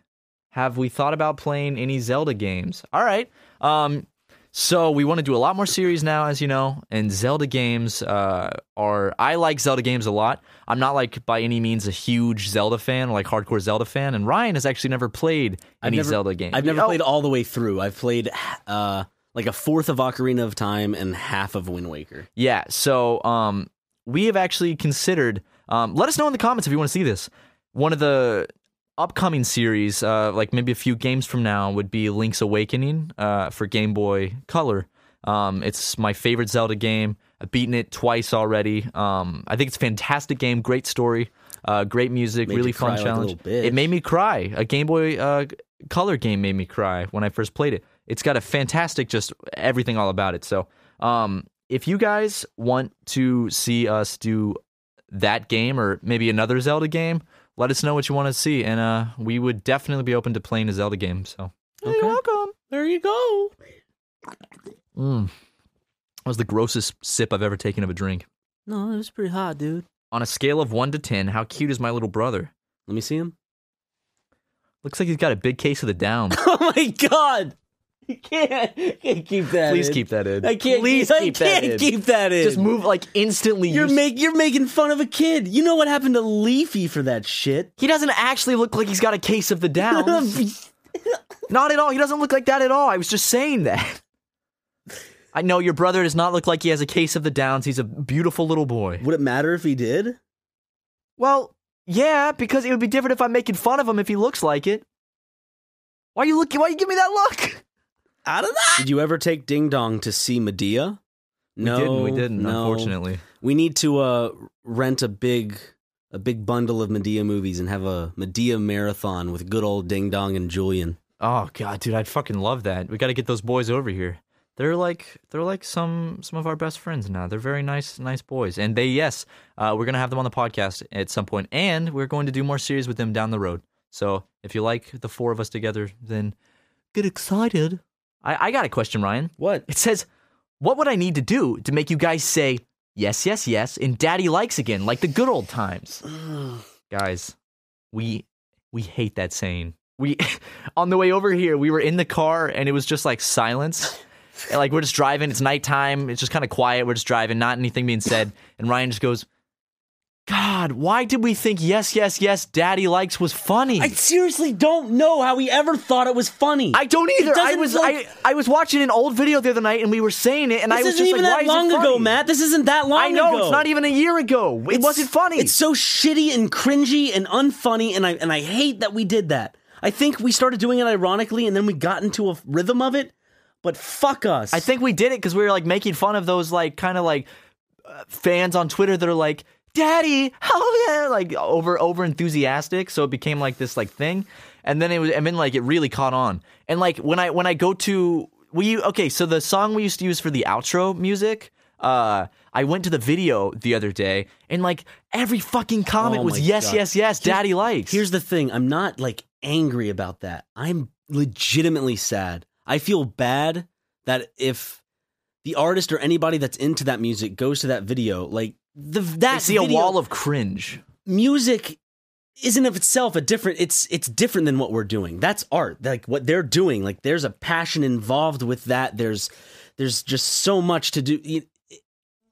Have we thought about playing any Zelda games? All right. Um, so we want to do a lot more series now, as you know, and Zelda games uh, are. I like Zelda games a lot. I'm not like by any means a huge Zelda fan, like hardcore Zelda fan. And Ryan has actually never played
I've
any
never-
Zelda game.
I've never
Oh,
played all the way through. I've played uh, like a fourth of Ocarina of Time and half of Wind Waker.
Yeah. So um, we have actually considered. Um, let us know in the comments if you want to see this. One of the upcoming series, uh, like maybe a few games from now, would be Link's Awakening uh, for Game Boy Color. Um, it's my favorite Zelda game. I've beaten it twice already. Um, I think it's a fantastic game, great story, uh, great music,
Made you
really
cry
fun
like a
challenge.
little bitch.
It made me cry. A Game Boy uh, Color game made me cry when I first played it. It's got a fantastic, just everything all about it. So, um, if you guys want to see us do that game or maybe another Zelda game, let us know what you want to see, and uh, we would definitely be open to playing a Zelda game. So,
Okay.
you're welcome.
There you go.
Mm. That was the grossest sip I've ever taken of a drink.
No, it was pretty hot, dude.
On a scale of one to ten, how cute is my little brother?
Let me see him. <laughs>
Looks like he's got a big case of the down.
Oh my god! You can't, can't keep that.
Please
in.
keep that in.
I can't.
Please
I
keep
can't
that in.
keep that in.
Just move like instantly.
You're
You-
make you're making fun of a kid. You know what happened to Leafy for that shit?
he doesn't actually look like he's got a case of the <laughs>
<laughs>
downs. Not at all. He doesn't look like that at all. I was just saying that. <laughs> I know your brother does not look like he has a case of the downs. He's a beautiful little boy.
Would it matter if he did?
Well, yeah, because it would be different if I'm making fun of him if he looks like it. Why are you looking? Why you give me that look?
I don't know. Did you ever take Ding Dong to see Medea? No,
we didn't.
no.
Unfortunately,
we need to uh, rent a big a big bundle of Medea movies and have a Medea marathon with good old Ding Dong and Julian.
Oh god, dude, I'd fucking love that. We got to get those boys over here. They're like they're like some some of our best friends now. They're very nice nice boys, and they yes, uh, we're gonna have them on the podcast at some point, and we're going to do more series with them down the road. So if you like the four of us together, then get excited. I, I got a question, Ryan.
<sighs> What?
It says, "What would I need to do to make you guys say yes, yes, yes, and Daddy likes again, like the good old times?" guys we we hate that saying we <laughs> on the way over here we were in the car and it was just like silence And, like we're just driving it's nighttime it's just kind of quiet we're just driving not anything being said and ryan just goes god why did we think yes yes yes daddy likes was funny
I seriously don't know how he ever thought it was funny.
I don't either. I
doesn't
was
like-
I, I was watching an old video the other night and we were saying it and I
this
was
isn't
just
even
like, why
that
is it
long ago,
funny?
Matt. This isn't that long
I know
ago.
it's not even a year ago. It
It's-
wasn't funny.
It's so shitty and cringy and unfunny, and I and I hate that we did that. I think we started doing it ironically, and then we got into a rhythm of it. But fuck us.
I think we did it because we were like making fun of those like kind of like uh, fans on Twitter that are like, "Daddy, oh <laughs> yeah," like over over enthusiastic. So it became like this like thing, and then it was, and then like it really caught on. And like when I when I go to we okay, so the song we used to use for the outro music. Uh, I went to the video the other day, and like every fucking comment
Oh
was
my
yes,
God.
yes, yes. Daddy likes.
Here's the thing: I'm not like angry about that. I'm legitimately sad. I feel bad that if the artist or anybody that's into that music goes to that video, like the that
I see a
video-
wall of cringe.
music isn't of itself a different it's it's different than what we're doing that's art like what they're doing like there's a passion involved with that there's there's just so much to do You-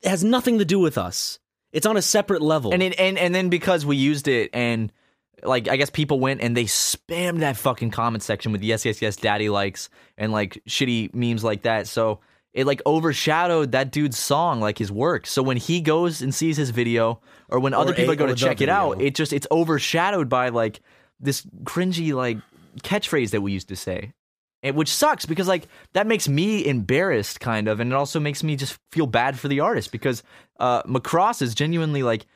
has nothing to do with us. It's on a separate level.
And, it, and and then because we used it and like I guess people went and they spammed that fucking comment section with yes yes yes daddy likes and like shitty memes like that. So it like overshadowed that dude's song like his work. So when he goes and sees his video or when other
Or
people
a-
go
or
to
the
check it out,
video.
it just it's overshadowed by like this cringy like catchphrase that we used to say. And which sucks because like that makes me embarrassed kind of and it also makes me just feel bad for the artist because uh Macross is genuinely like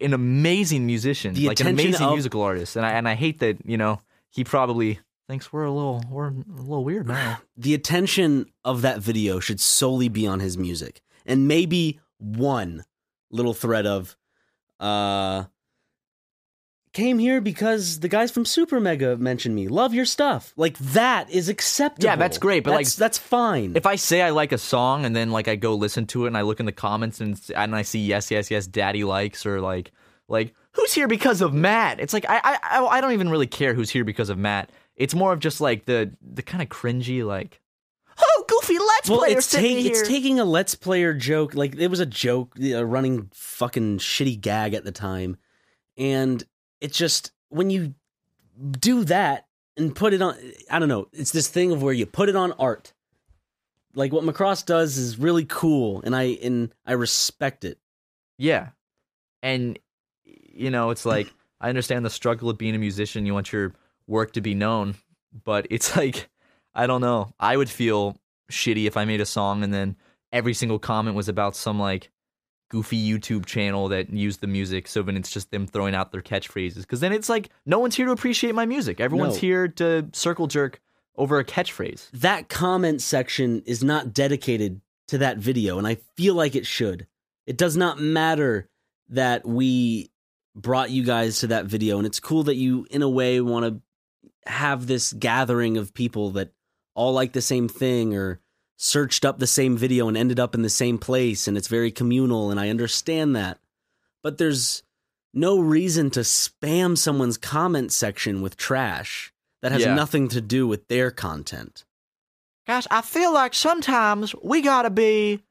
an amazing musician,
The
like an
attention
amazing
of-
musical artist, and I and I hate that you know he probably thinks we're a little we're a little weird
<sighs>
now.
the attention of that video should solely be on his music and maybe one little thread of uh came here because the guys from super mega mentioned me love your stuff like that is acceptable
Yeah, that's great, but, like,
That's- that's fine
If I say I like a song and then like I go listen to it and I look in the comments and it's- and I see yes yes yes daddy likes or like like who's here because of Matt? It's like I I I- I don't even really care who's here because of Matt. It's more of just like the the kind of cringy like oh goofy let's
well,
player
it's,
sitting
take,
here.
it's taking a let's player joke. Like it was a joke, a running fucking shitty gag at the time, and it just when you do that and put it on, I don't know. It's this thing of where you put it on art. Like what Macross does is really cool, and I and I respect it.
Yeah. And you know, it's like I understand the struggle of being a musician, you want your work to be known, but it's <laughs> like I don't know. I would feel shitty if I made a song and then every single comment was about some like goofy YouTube channel that used the music. So then it's just them throwing out their catchphrases cuz then it's like no one's here to appreciate my music. Everyone's
No.
here to circle jerk over a catchphrase.
That comment section is not dedicated to that video, and I feel like it should. It does not matter that we brought you guys to that video, and it's cool that you, in a way, want to have this gathering of people that all like the same thing or searched up the same video and ended up in the same place, and it's very communal, and I understand that. But there's no reason to spam someone's comment section with trash that has
Yeah.
nothing to do with their content.
Guys, I feel like sometimes we gotta be,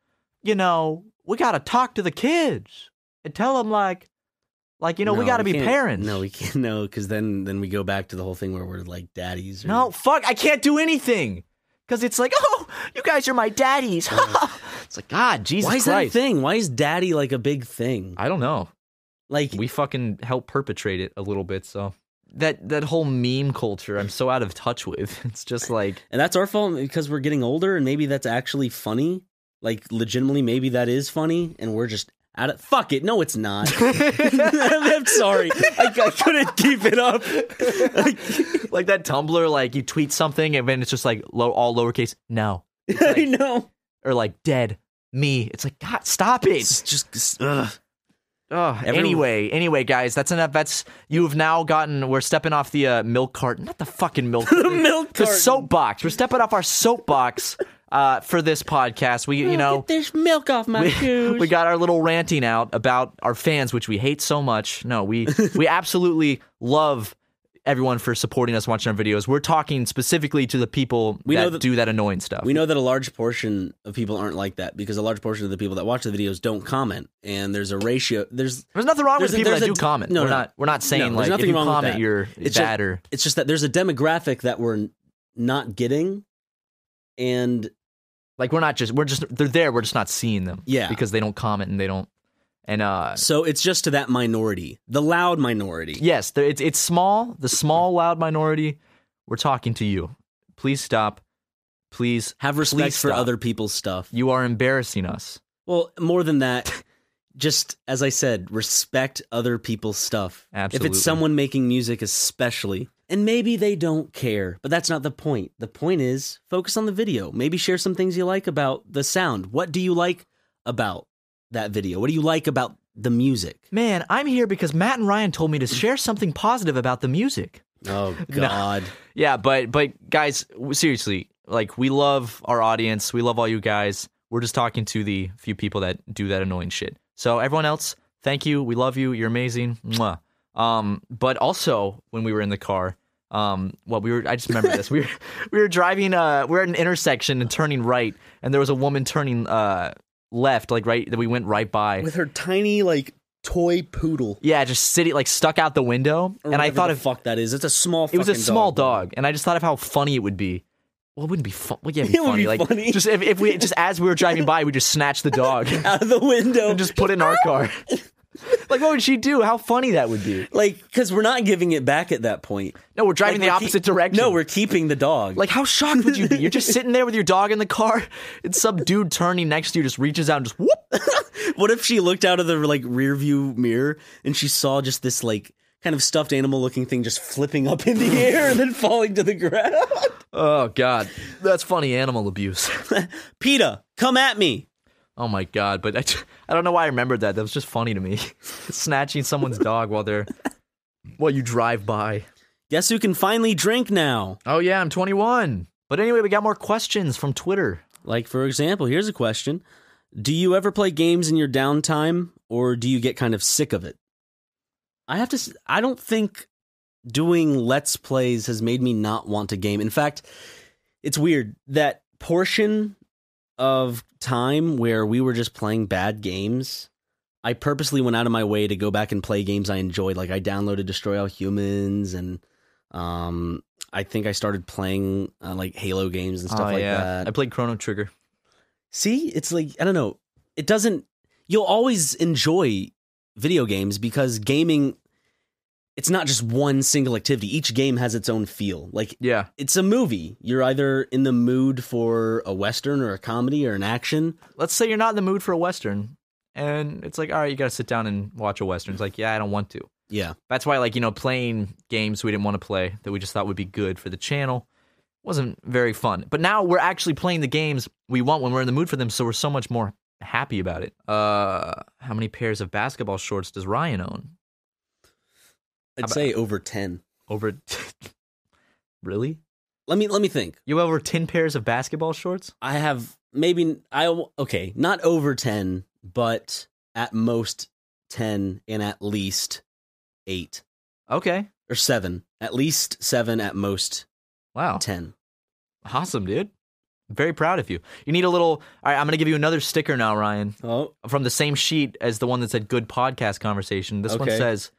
you know, we gotta talk to the kids and tell them like, like you know, we
No,
gotta be
can't-
parents.
No, we can't. <laughs> No, because then then we go back to the whole thing where we're like daddies. Or,
no, fuck, I can't do anything because it's like, <laughs> oh, you guys are my daddies. <laughs> it's like God, Jesus
why is that a
Christ.
thing? Why is daddy like a big thing?
I don't know.
Like
We fucking help perpetrate it a little bit, so that that whole meme culture, I'm so out of touch with. <laughs> It's just like,
And that's our fault because we're getting older, and maybe that's actually funny. Like, legitimately, maybe that is funny, and we're just out of fuck it. No,
<laughs>
it's not. <laughs> I'm sorry, I, I couldn't keep
<laughs>
it up. <laughs>
like that Tumblr, like you tweet something and then it's just like low, all lowercase. No,
I know.
or like dead me. It's like God, stop it.
It's just ugh.
Oh,
Everyone-
anyway, anyway, guys, that's enough. That's you have now gotten. We're stepping off the uh, milk carton, not the fucking milk,
the
carton,
milk.
<laughs> the
carton.
soapbox. We're stepping off our soapbox uh, for this podcast. We, <laughs> you know,
Get this milk off my
we, <laughs>
shoes.
we got our little ranting out about our fans, which we hate so much. No, we
<laughs>
we absolutely love everyone for supporting us, watching our videos. We're talking specifically to the people
We
that,
know that-
do that annoying stuff.
We know that a large portion of people aren't like that because a large portion of the people that watch the videos don't comment, and there's a ratio. There's
There's nothing wrong
There's
with
a-
people
there's
that
a
do
d-
comment.
no,
we're
no.
not. We're not saying
there's
like if
nothing
you
wrong with
comment,
that.
you're
It's
bad
just-
or
it's just that there's a demographic that we're not getting, and
like we're not just we're just they're there. We're just not seeing them.
Yeah.
because they don't comment and they don't. And uh,
So it's just to that minority, the loud minority.
yes, there- it's it's small. The small, loud minority. We're talking to you. Please stop. Please,
Have respect
Please
for
stop.
other people's stuff.
you are embarrassing us.
Well, more than that, just as I said, respect other people's stuff. If
Absolutely.
it's someone making music, especially, and maybe they don't care, but that's not the point. The point is focus on the video. Maybe share some things you like about the sound. What do you like about that video? What do you like about the music?
Man, I'm here because Matt and Ryan told me to share something positive about the music. <laughs>
Oh, God.
Yeah, but but guys, w- seriously, like we love our audience. We love all you guys. We're just talking to the few people that do that annoying shit. So everyone else, thank you. We love you. You're amazing. Mwah. Um, but also when we were in the car, um, well, we were. I just remember <laughs> this. We were we were driving. Uh, we were at an intersection and turning right, and there was a woman turning uh left, like right that we went right by.
with her tiny like toy poodle.
yeah, just sitting like stuck out the window,
or
and I
whatever
thought
the
of
fuck that is. It's a small.
it was a
fucking
small dog, and I just thought of how funny it would be. Well, it wouldn't be fun. Well, yeah, it'd be
<laughs> It would
funny.
be
like
funny.
just if, if we just as we were driving by, we just snatched the dog
out of the window.
and <laughs> just put it
<laughs>
in our car. <laughs> like, what would she do? How funny that would be.
like because we're not giving it back at that point.
No, we're driving
Like,
the
we're keep-
opposite direction.
No, we're keeping the dog.
Like, how shocked would you be? <laughs> You're just sitting there with your dog in the car, and some dude turning next to you just reaches out and just whoop.
what if she looked out of the like rear view mirror and she saw just this like kind of stuffed animal looking thing just flipping up in the air and then <laughs> falling to the ground? <laughs>
Oh God, that's funny animal abuse. <laughs>
PETA, come at me.
Oh my God, but I, I don't know why I remembered that. That was just funny to me. <laughs> Snatching someone's dog while they're while you drive by.
Guess who can finally drink now?
Oh yeah, I'm 21. But anyway, we got more questions from Twitter.
Like for example, here's a question. Do you ever play games in your downtime or do you get kind of sick of it? I have to s- I don't think doing let's plays has made me not want a game. In fact, it's weird that portion of time where we were just playing bad games, I purposely went out of my way to go back and play games I enjoyed. Like I downloaded Destroy All Humans, and um, I think I started playing uh, like Halo games and stuff
Oh,
like
yeah.
that.
I played Chrono Trigger.
See, it's like I don't know. It doesn't. You'll always enjoy video games because gaming. It's not just one single activity. Each game has its own feel. Like
Yeah,
it's a movie. You're either in the mood for a western or a comedy or an action.
let's say you're not in the mood for a western, and it's like, all right, you gotta sit down and watch a western. It's like, yeah, I don't want to.
Yeah,
That's why, like, you know, playing games we didn't want to play that we just thought would be good for the channel wasn't very fun. But now we're actually playing the games we want when we're in the mood for them, so we're so much more happy about it. Uh, how many pairs of basketball shorts does Ryan own?
I'd
Ab-
say over ten.
Over. <laughs> really?
Let me let me think.
You have over 10 pairs of basketball shorts?
I have maybe I okay, not over ten, but at most ten and at least eight
Okay.
or seven. At least seven. At most
Wow.
ten.
Awesome, dude. Very proud of you. You need a little. All right, I'm going to give you another sticker now, Ryan.
Oh,
from the same sheet as the one that said good podcast conversation. This one
Okay.
says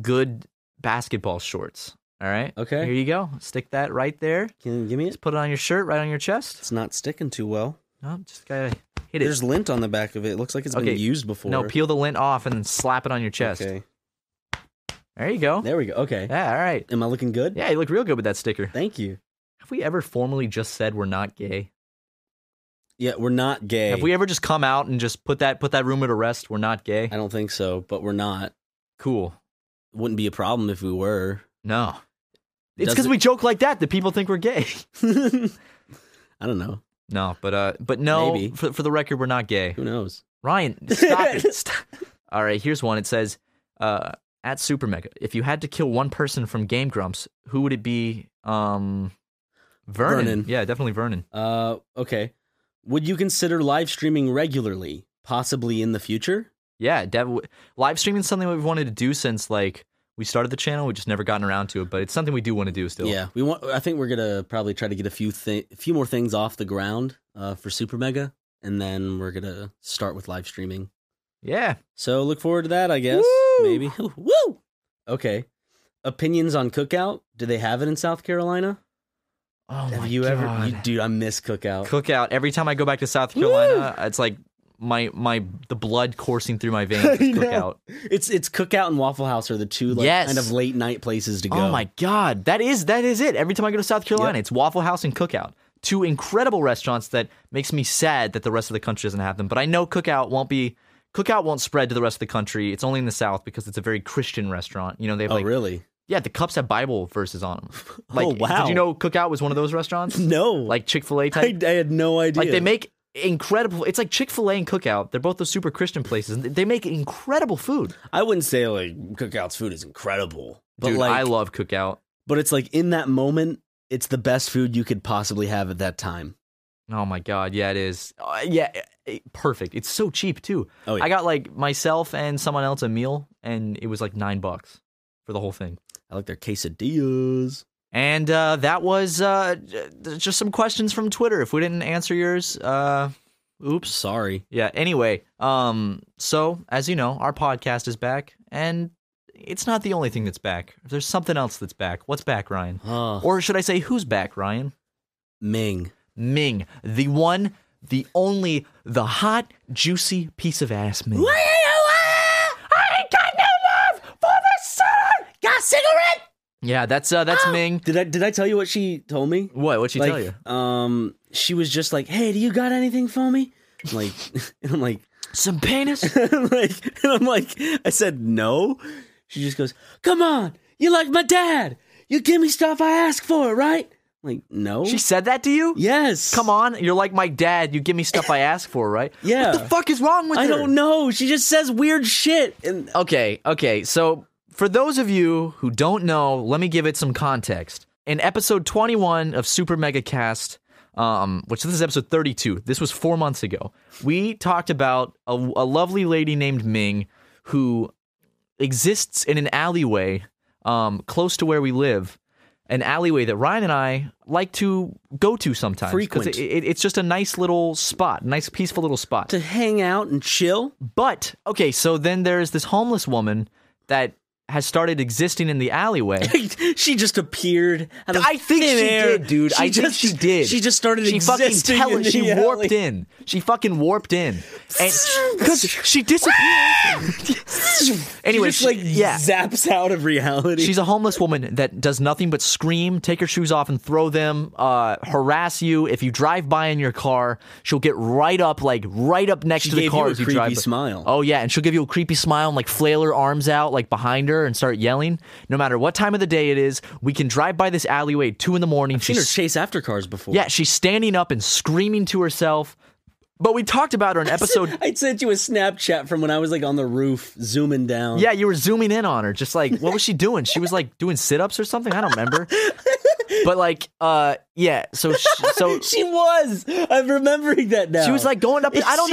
good basketball shorts. All right.
Okay.
Here you go. Stick that right there.
can you give me it?
Just put it on your shirt, right on your chest.
It's not sticking too well.
No, just gotta hit it.
There's lint on the back of it. It looks like it's
Okay.
been used before.
no, peel the lint off and then slap it on your chest.
Okay,
There you go.
there we go. Okay,
Yeah. All right.
am I looking good?
Yeah, you look real good with that sticker.
Thank you.
Have we ever formally just said we're not gay?
Yeah, we're not gay.
Have we ever just come out and just put that put that rumor to rest? We're not gay.
I don't think so, but we're not.
Cool.
Wouldn't be a problem if we were. <laughs>
No. It's
Does
because
it-
we joke like that that people think we're gay.
I don't know.
<laughs> No, but uh, but no,
Maybe.
for, for the record, we're not gay.
Who knows?
<laughs> Ryan, stop it. Stop. All right, here's one. It says, uh, at Super Mega, if you had to kill one person from Game Grumps, who would it be? Um, Vernon.
Vernon.
Yeah, definitely Vernon.
Uh, okay. Would you consider live streaming regularly, possibly in the future?
Yeah, dev- live streaming is something we've wanted to do since like we started the channel. We just never gotten around to it, but it's something we do want to do still.
Yeah, we want. I think we're gonna probably try to get a few thi- a few more things off the ground uh, for Super Mega, and then we're gonna start with live streaming.
yeah.
So look forward to that, I guess.
<laughs> Woo!
Maybe. Woo! Okay. Opinions on cookout? Do they have it in South Carolina?
Oh
have
my
you
god,
ever you, dude, I miss cookout.
cookout. Every time I go back to South Carolina, it's like my my the blood coursing through my
<laughs>
veins.
I
with
know.
Cookout.
It's it's cookout and Waffle House are the two like
Yes.
kind of late night places to go.
Oh my god, that is that is it. Every time I go to South Carolina, it's Waffle House and Cookout. Two incredible restaurants that makes me sad that the rest of the country doesn't have them. But I know Cookout won't be Cookout won't spread to the rest of the country. It's only in the South because it's a very Christian restaurant. You know, they have
Oh
like
really? Oh,
yeah, the cups have Bible verses
<laughs>
on them. Like,
wow.
Did you know Cookout was one of those restaurants?
<laughs> No.
Like Chick Fil A type.
I, I had no idea.
Like they make incredible. It's like Chick Fil A and Cookout. They're both those super Christian places. and They make incredible food.
I wouldn't say like cookout's food is incredible. But
Dude,
like
I love Cookout.
but it's like in that moment, it's the best food you could possibly have at that time.
Oh my god, yeah, it is. Uh, yeah, it- it- perfect. It's so cheap too.
Oh yeah.
I got like myself and someone else a meal, and it was like nine bucks for the whole thing.
I like their quesadillas.
And uh, that was uh, j- just some questions from Twitter. If we didn't answer yours, uh, Oops.
Sorry.
Yeah. Anyway, um, so as you know, our podcast is back, and it's not the only thing that's back. There's something else that's back. What's back, Ryan?
Oh,
Or should I say, who's back, Ryan?
Ming.
Ming, the one, the only, the hot, juicy piece of ass Ming. uh, I ain't got no love for the sun. Got cigarette? Yeah, that's uh, that's Ming.
Did I did I tell you what she told me?
What? What'd she
like,
tell you?
um, she was just like, "Hey, do you got anything for me?" I'm like, <laughs> and I'm like,
Some penis.
I'm like, and I'm like, I said no. She just goes, "Come on, you like my dad? You give me stuff I ask for, right?" I'm like,
<laughs>
no.
she said that to you?
yes.
Come on, you're like my dad. You give me stuff I ask for, right?
Yeah.
What the fuck is wrong with
I
her?
don't know. She just says weird shit, and
Okay, okay. So, for those of you who don't know, let me give it some context. In episode 21 of Super Mega Cast, um, which this is episode 32, this was four months ago, we talked about a, a lovely lady named Ming who exists in an alleyway um, close to where we live. An alleyway that Ryan and I like to go to sometimes 'cause
Frequent.
it, it, it's just a nice little spot, nice peaceful little spot.
to hang out and chill.
But okay, so then there's this homeless woman that has started existing in the
<laughs>
alleyway.
she just appeared. Out of
I think
thin
she
air.
did, dude.
She
I think
just-
she did.
She just started.
She fucking
existing
tell
in the
she warped
alley.
in. She fucking warped in,
<laughs>
and because she disappeared. anyway,
she just
she-
like
yeah.
zaps out of reality.
<laughs> She's a homeless woman that does nothing but scream, take her shoes off and throw them, uh, harass you. If you drive by in your car, she'll get right up, like right up next
She
to the
gave
car
you a
as you
creepy
drive. by.
smile.
Oh yeah, and she'll give you a creepy smile and like flail her arms out like behind her and start yelling. No matter what time of the day it is, we can drive by this alleyway at two in the morning.
seen her
She's
chase after cars before.
yeah, she's standing up and screaming to herself. But we talked about her in episode.
I sent you a Snapchat from when I was like on the roof zooming
<laughs>
down.
Yeah, you were zooming in on her, just like what was she doing? She was like doing sit ups or something. I don't
<laughs>
remember. But like, uh, yeah. So she,
<laughs>
so
she was. I'm remembering that now.
She was like going up. I don't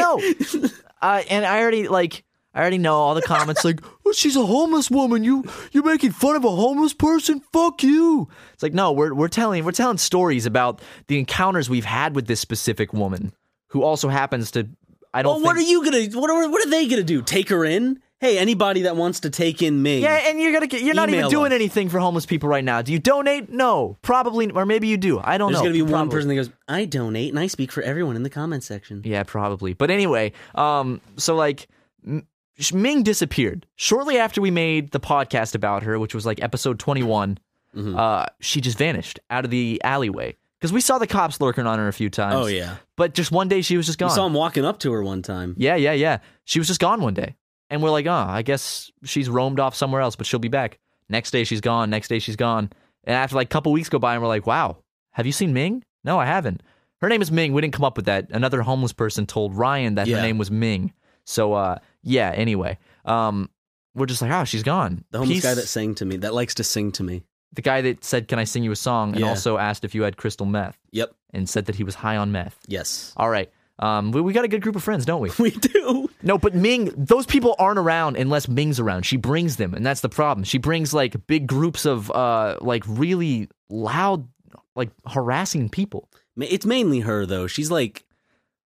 know. Uh, and I already like I already know all the comments like, oh, she's a homeless woman. You you're making fun of a homeless person. Fuck you. It's like no, we're we're telling we're telling stories about the encounters we've had with this specific woman who also happens to. I don't.
Well, what are
think-
you gonna? What are what are they gonna do? Take her in? Hey, anybody that wants to take in me?
Yeah, and you're gonna get, you're not even
Email
doing
them.
anything for homeless people right now. Do you donate? No, probably, or maybe you do. I don't
There's
know.
gonna be one
Probably.
person that goes, "I donate and I speak for everyone in the comment section."
Yeah, probably. But anyway, um, so like M- Ming disappeared shortly after we made the podcast about her, which was like episode twenty
Mm-hmm.
Uh, she just vanished out of the alleyway because we saw the cops lurking on her a few times.
Oh yeah,
but just one day she was just
I
gone.
saw him walking up to her one time.
yeah, yeah, yeah. She was just gone one day, and we're like, oh, I guess she's roamed off somewhere else, but she'll be back. Next day she's gone. Next day she's gone. And after like a couple weeks go by, and we're like, wow, have you seen Ming? No, I haven't. Her name is Ming. We didn't come up with that. Another homeless person told Ryan that her
Yeah.
name was Ming. So uh, yeah. Anyway, um, we're just like, oh, she's gone.
The homeless
Peace.
guy that sang to me, that likes to sing to me.
the guy that said, "Can I sing you a song?" and
Yeah.
also asked if you had crystal meth,
Yep.
and said that he was high on meth.
Yes.
All right. Um, we, we got a good group of friends, don't we?
We do.
No, but Ming, those people aren't around unless Ming's around. She brings them, and that's the problem. She brings like big groups of uh like really loud, like harassing people.
Ma- It's mainly her though. She's like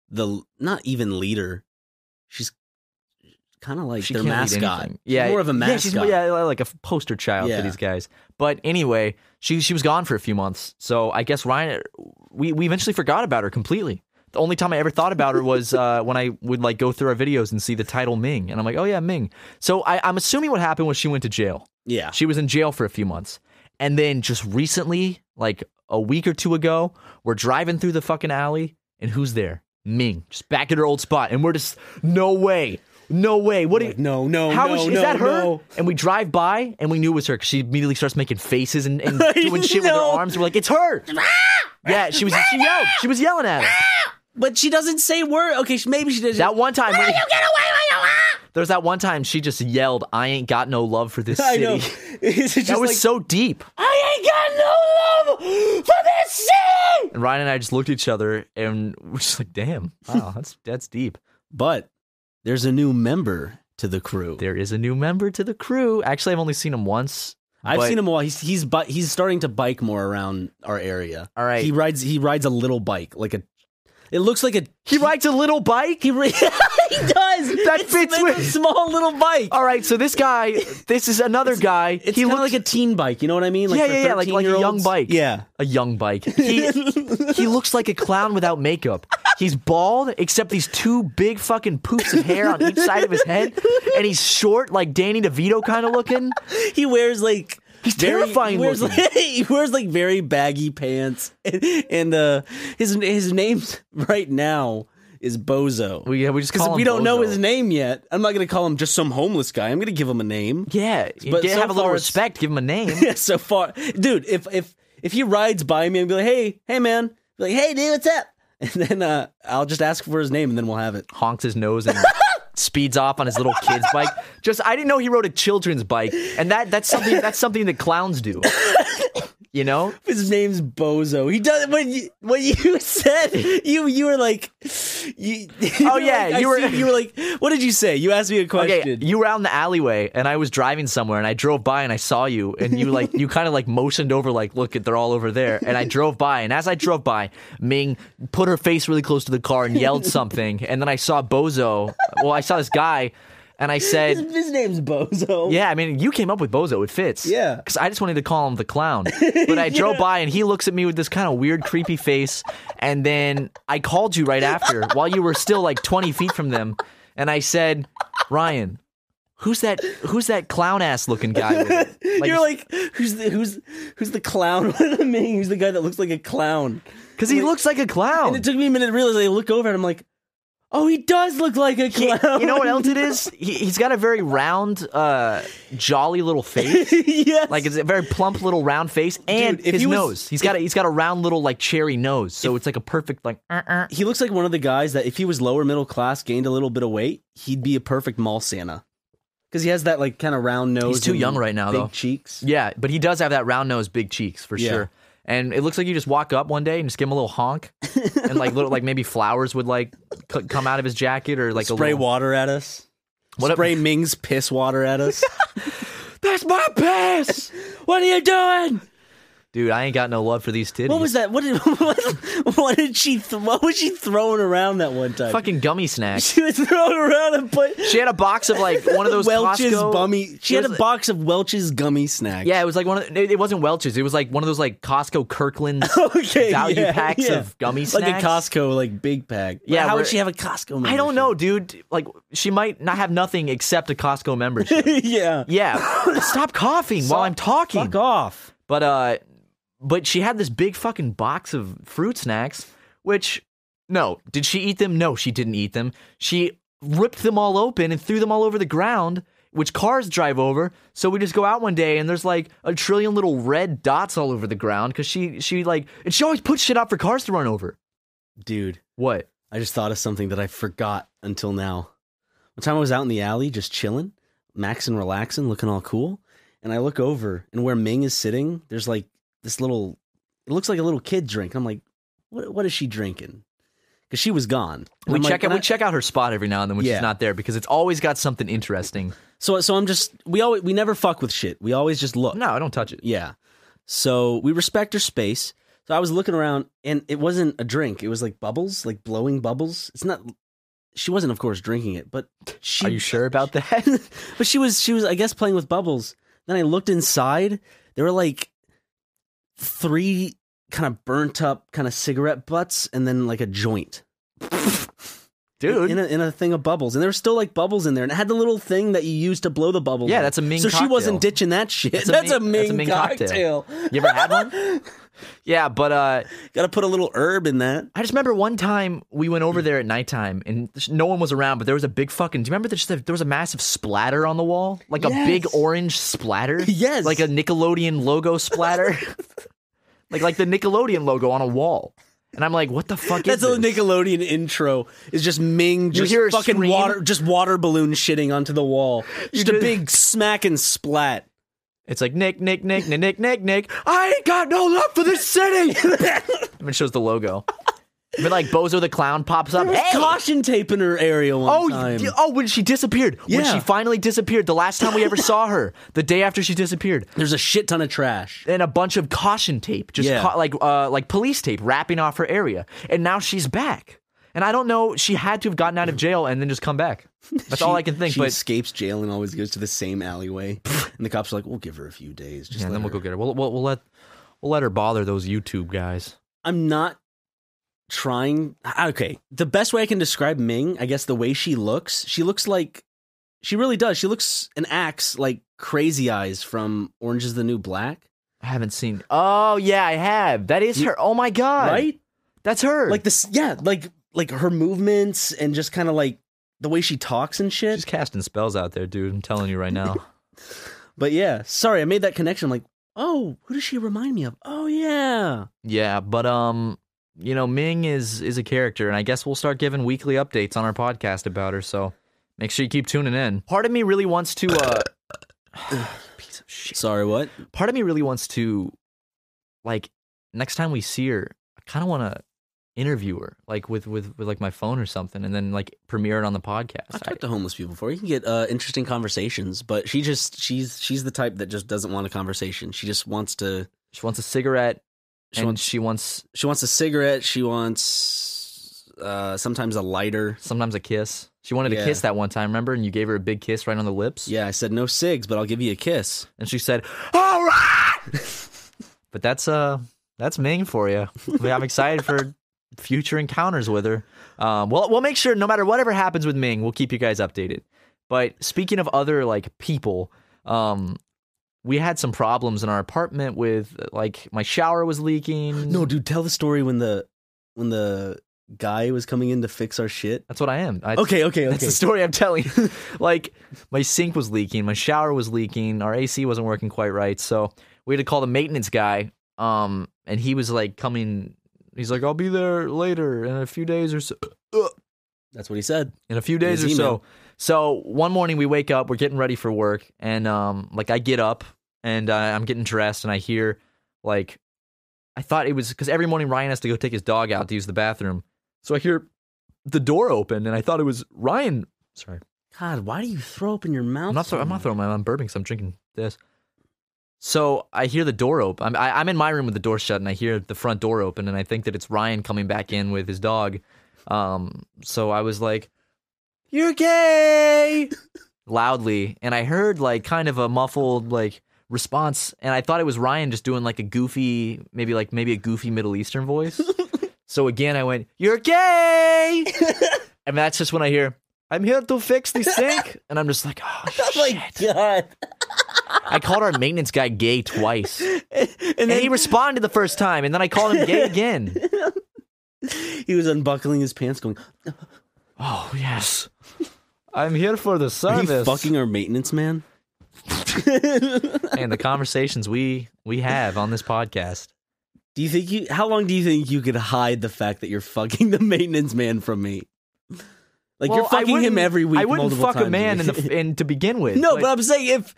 the not even leader. She's kind of like
She
their
can't lead
mascot.
anything.
She's more of a
Yeah, she's
mascot.
yeah, like a poster child
Yeah.
for these guys. But anyway, she she was gone for a few months, so I guess Ryan, we we eventually forgot about her completely. The only time I ever thought about her was uh, when I would like go through our videos and see the title Ming, and I'm like, oh yeah, Ming. So I, I'm assuming what happened was she went to jail.
Yeah.
She was in jail for a few months. And then just recently, like a week or two ago, we're driving through the fucking alley and who's there? Ming, just back at her old spot. And we're just, no way, no way. What do you,
No, no,
how
no,
is,
no,
is that her?
no.
And we drive by and we knew it was her because she immediately starts making faces and,
<laughs>
and doing shit with her
know.
arms. We're like, it's
<laughs>
her. yeah, she was, she yelled. She was yelling at us.
But she doesn't say word. Okay, she, maybe she does. <laughs>
That one time, when,
Get away with your life!
there's that one time she just yelled, I ain't got no love for this
<laughs> I
city.
know. It's just
That was
like,
so deep.
I ain't got no love for this city!
And Ryan and I just looked at each other and we're just like, damn, <laughs> wow, that's that's deep.
But there's a new member to the crew.
There is a new member to the crew. Actually, I've only seen him once.
I've
but-
seen him a while. He's he's bu- he's starting to bike more around our area.
All right.
He rides he rides a little bike, like a It looks like a
He rides a little bike.
he, re- <laughs> he does.
That
it's,
fits
it's a
with-
small little bike.
All right, so this guy, this is another guy.
It's
he
kind of
looks
like a teen bike. You know what I mean?
Yeah, yeah, yeah, like- like a young
13-year-olds.
bike.
Yeah.
a young bike. He he looks like a clown without makeup. He's bald except these two big fucking poofs of hair on each side of his head, and he's short like Danny DeVito kind of looking.
He wears like
He's terrifying
He wears,
looking.
like, <laughs> he wears like very baggy pants, <laughs> and, and uh, his his name's right now is Bozo.
We <laughs> yeah, we just
because
call him
we don't know
Bozo.
his name yet. I'm not gonna call him just some homeless guy. I'm gonna give him a name. <laughs>
Yeah,
But
get-
so
have a little
far it's-
respect. Give him a name.
Yeah, so far, dude. If if if he rides by me and be like, hey, hey, man, be like, hey, dude, what's up? <laughs> And then uh, I'll just ask for his name, and then we'll have it.
honks his nose and speeds off on his little kid's bike. Just I didn't know he rode a children's bike, and that that's something that's something that clowns do. You know,
His name's Bozo. He does when you when you <laughs> said you you were like, you, <laughs> you
Oh, yeah,
like, I
you were-
see- you were like, what did you say? You asked me a question.
okay, you were out in the alleyway, and I was driving somewhere, and I drove by, and I saw you, and you like you kind of like motioned over, like look, they're all over there, and I drove by, and as I drove by, Ming put her face really close to the car and yelled something, and then I saw Bozo. Well, I saw this guy, and I said,
his, his name's <laughs> Bozo.
Yeah, I mean, you came up with Bozo. It fits.
Yeah.
Because I just wanted to call him the
<laughs>
clown. But I drove by and he looks at me with this kind of weird, creepy face. And then I called you right after while you were still like 20 feet from them. And I said, Ryan, who's that Who's that clown ass looking guy? with it?"
<laughs> You're like who's the who's who's the clown? <laughs> What I mean, who's the guy that looks like a clown?
Because he looks like a clown.
And it took me a minute to realize. I look over and I'm like, oh, he does look like a
He-
<laughs> clown.
you know what else it is? He, he's got a very round, uh, jolly little
<laughs>
face.
yes.
Like it's a very plump little round face and
Dude, if
his
he was-
nose. He's got a, he's got a round little like cherry nose. So it's like a perfect like uh-uh.
he looks like one of the guys that if he was lower middle class, gained a little bit of weight, he'd be a perfect mall Santa. Because he has that like kind of round nose.
He's too
and
young right now,
big
though.
cheeks.
Yeah, but he does have that round nose, big cheeks for
Yeah.
sure. And it looks like you just walk up one day and just give him a little
<laughs>
honk, and like little like maybe flowers would like c- come out of his jacket or like
Spray
a little,
water at us.
What up-
Spray Ming's piss water
<laughs>
at us.
That's my piss,
what are you doing?
<laughs> dude. I ain't got no love for these titties.
What was that? What did <laughs> what, what did she? Th- what was she throwing around that one time?
<laughs> fucking gummy snacks?
<laughs> She was throwing around and put
She had a box of like one of those
Welch's
Costco
bummy. She had a
There's-
box of Welch's gummy snacks.
Yeah, it was like one of the, it, it wasn't Welch's. It was like one of those like Costco
<laughs>
Kirkland
<laughs> Okay.
value
yeah,
packs
yeah.
of gummy snacks.
like a Costco like big pack.
Yeah,
How
where-
would she have a
<laughs>
Costco?
I don't
membership?
know, dude. Like she might not have nothing except a Costco membership.
<laughs> yeah.
yeah, stop coughing while I'm talking.
Fuck off.
But uh but she had this big fucking box of fruit snacks, which no, did she eat them? No, she didn't eat them. She ripped them all open and threw them all over the ground, which cars drive over. So we just go out one day and there's like a trillion little red dots all over the ground cuz she she like and she always puts shit out for cars to run over.
Dude,
What?
I just thought of something that I forgot until now. One time I was out in the alley just chilling, maxing, relaxing, looking all cool. And I look over and where Ming is sitting, there's like this little, it looks like a little kid drink. I'm like, what, what is she drinking? Because she was gone. And
We
I'm like-
check out
and
we
I-
check out her spot every now and then when
Yeah.
she's not there because it's always got something interesting.
So, so I'm just, we always, we never fuck with shit. We always just look.
No, I don't touch it.
Yeah. So we respect her space. So I was looking around and it wasn't a drink. It was like bubbles, like blowing bubbles. It's not she wasn't of course drinking it, but she
Are you sure
<laughs>
about that?
but she was she was I guess playing with bubbles. Then I looked inside. There were like three kind of burnt up kind of cigarette butts and then like a joint. <laughs>
Dude,
In a, in a thing of bubbles. And there were still like bubbles in there. And it had the little thing that you use to blow the bubbles.
Yeah,
in.
that's a Ming
So she
cocktail.
wasn't ditching that shit. That's,
a
a,
Ming-
Ming,
that's a Ming cocktail.
cocktail.
you ever had one?
<laughs>
Yeah, but uh
Got to put a little herb in that.
I just remember one time we went
Hmm.
over there at nighttime and sh- no one was around, but there was a big fucking. Do you remember there's just a, there was a massive splatter on the wall, like a big
Yes.
orange splatter,
<laughs> Yes.
like a Nickelodeon logo
<laughs>
splatter, like like the Nickelodeon logo on a wall. And I'm like, what the fuck
That's
is
a
this?
Nickelodeon intro. Is just Ming just
hear her
fucking
scream.
water, just water balloon shitting onto the wall. Just a
did-
big smack and splat.
it's like Nick, Nick, Nick, Nick, Nick, Nick, Nick. I ain't got no love for this
<laughs>
city. <laughs> and it shows the logo. But like Bozo the clown pops up. Hey!
Caution tape in her area one
Oh,
time.
y- oh! When she disappeared, when
Yeah.
she finally disappeared, the last time we ever saw her, the day after she disappeared,
There's a shit ton of trash.
and a bunch of caution tape, just
Yeah.
ca- like uh, like police tape, wrapping off her area, and now she's back. And I don't know. She had to have gotten out of jail and then just come <laughs> back. That's all I can think.
She
But
escapes jail and always goes to the same alleyway. and the cops are like, "We'll give her a few days.
yeah,
Just let
and then we'll
her-
go get her. We'll, we'll, we'll let we'll let her bother those YouTube guys.
I'm not trying. Okay, the best way I can describe Ming, I guess, the way she looks, she looks like she really does. She looks and acts like Crazy Eyes from Orange Is the New Black,
I haven't seen. Oh yeah, I have. That is
You-
her. Oh my god,
right?
That's her.
Like this, yeah, like like her movements and just kind of like the way she talks and shit.
she's casting spells out there, dude. I'm telling you right now.
But yeah, sorry, I made that connection. like, oh, who does she remind me of? Oh yeah,
yeah, but um, you know, Ming is is a character, and I guess we'll start giving weekly updates on our podcast about her. So make sure you keep tuning in. Part of me really wants to. uh Piece of shit.
sorry, what?
part of me really wants to like next time we see her i kind of want to interview her like with, with with like my phone or something and then like premiere it on the podcast
I've
I-
talked to homeless people before. You can get uh, interesting conversations, but she just she's she's the type that just doesn't want a conversation. She just wants to
she wants a cigarette
she
and
wants
she wants
she wants a cigarette. She wants uh, sometimes a lighter.
sometimes a kiss she wanted
Yeah.
a kiss that one time remember and you gave her a big kiss right on the lips
Yeah, I said no cigs, but I'll give you a kiss.
and she said all right <laughs> but that's uh that's ming for you I mean, i'm excited for future encounters with her um well we'll make sure no matter whatever happens with ming we'll keep you guys updated but speaking of other like people um we had some problems in our apartment with like my shower was leaking
No, dude, tell the story when the when the guy was coming in to fix our shit.
that's what i am I,
Okay, okay,
That's
okay.
the story I'm telling.
<laughs>
like my sink was leaking, my shower was leaking, our AC wasn't working quite right, so we had to call the maintenance guy. Um, and he was like coming. He's like, "I'll be there later in a few days or so."
That's what he said.
In a few days or
his
so.
email.
So one morning we wake up, we're getting ready for work, and um, like I get up and uh, I'm getting dressed, and I hear like I thought it was because every morning Ryan has to go take his dog out to use the bathroom, so I hear the door open, and I thought it was Ryan. Sorry.
God, why do you throw up in your mouth?
I'm not,
so
throw, I'm not
much?
throwing my I'm burping, so I'm drinking this. So I hear the door open. I'm, I, I'm in my room with the door shut, and I hear the front door open, and I think that it's Ryan coming back in with his dog. Um, so I was like, "You're gay," loudly, and I heard like kind of a muffled like response, and I thought it was Ryan just doing like a goofy, maybe like maybe a goofy Middle Eastern <laughs> voice. so again, I went, "You're <laughs> gay," and that's just when I hear, "I'm here to fix <laughs> the sink," and I'm just like, <laughs> "Oh shit."
Oh my god! <laughs>
I called our maintenance guy gay twice. <laughs> And
and
he
then
responded the first time, and then I called him <laughs> gay again.
he, was unbuckling his pants, going,
Oh, yes. I'm here for the
"Are you
service.
fucking our maintenance man?"
<laughs> and the conversations we we have on this podcast.
Do you think you? How long do you think you could hide the fact that you're fucking the <laughs> maintenance man from me? Like you're
Well, I
fucking him
wouldn't-
every week.
I wouldn't
multiple
fuck
times
a man in, the, in to begin with.
no, but, I'm saying if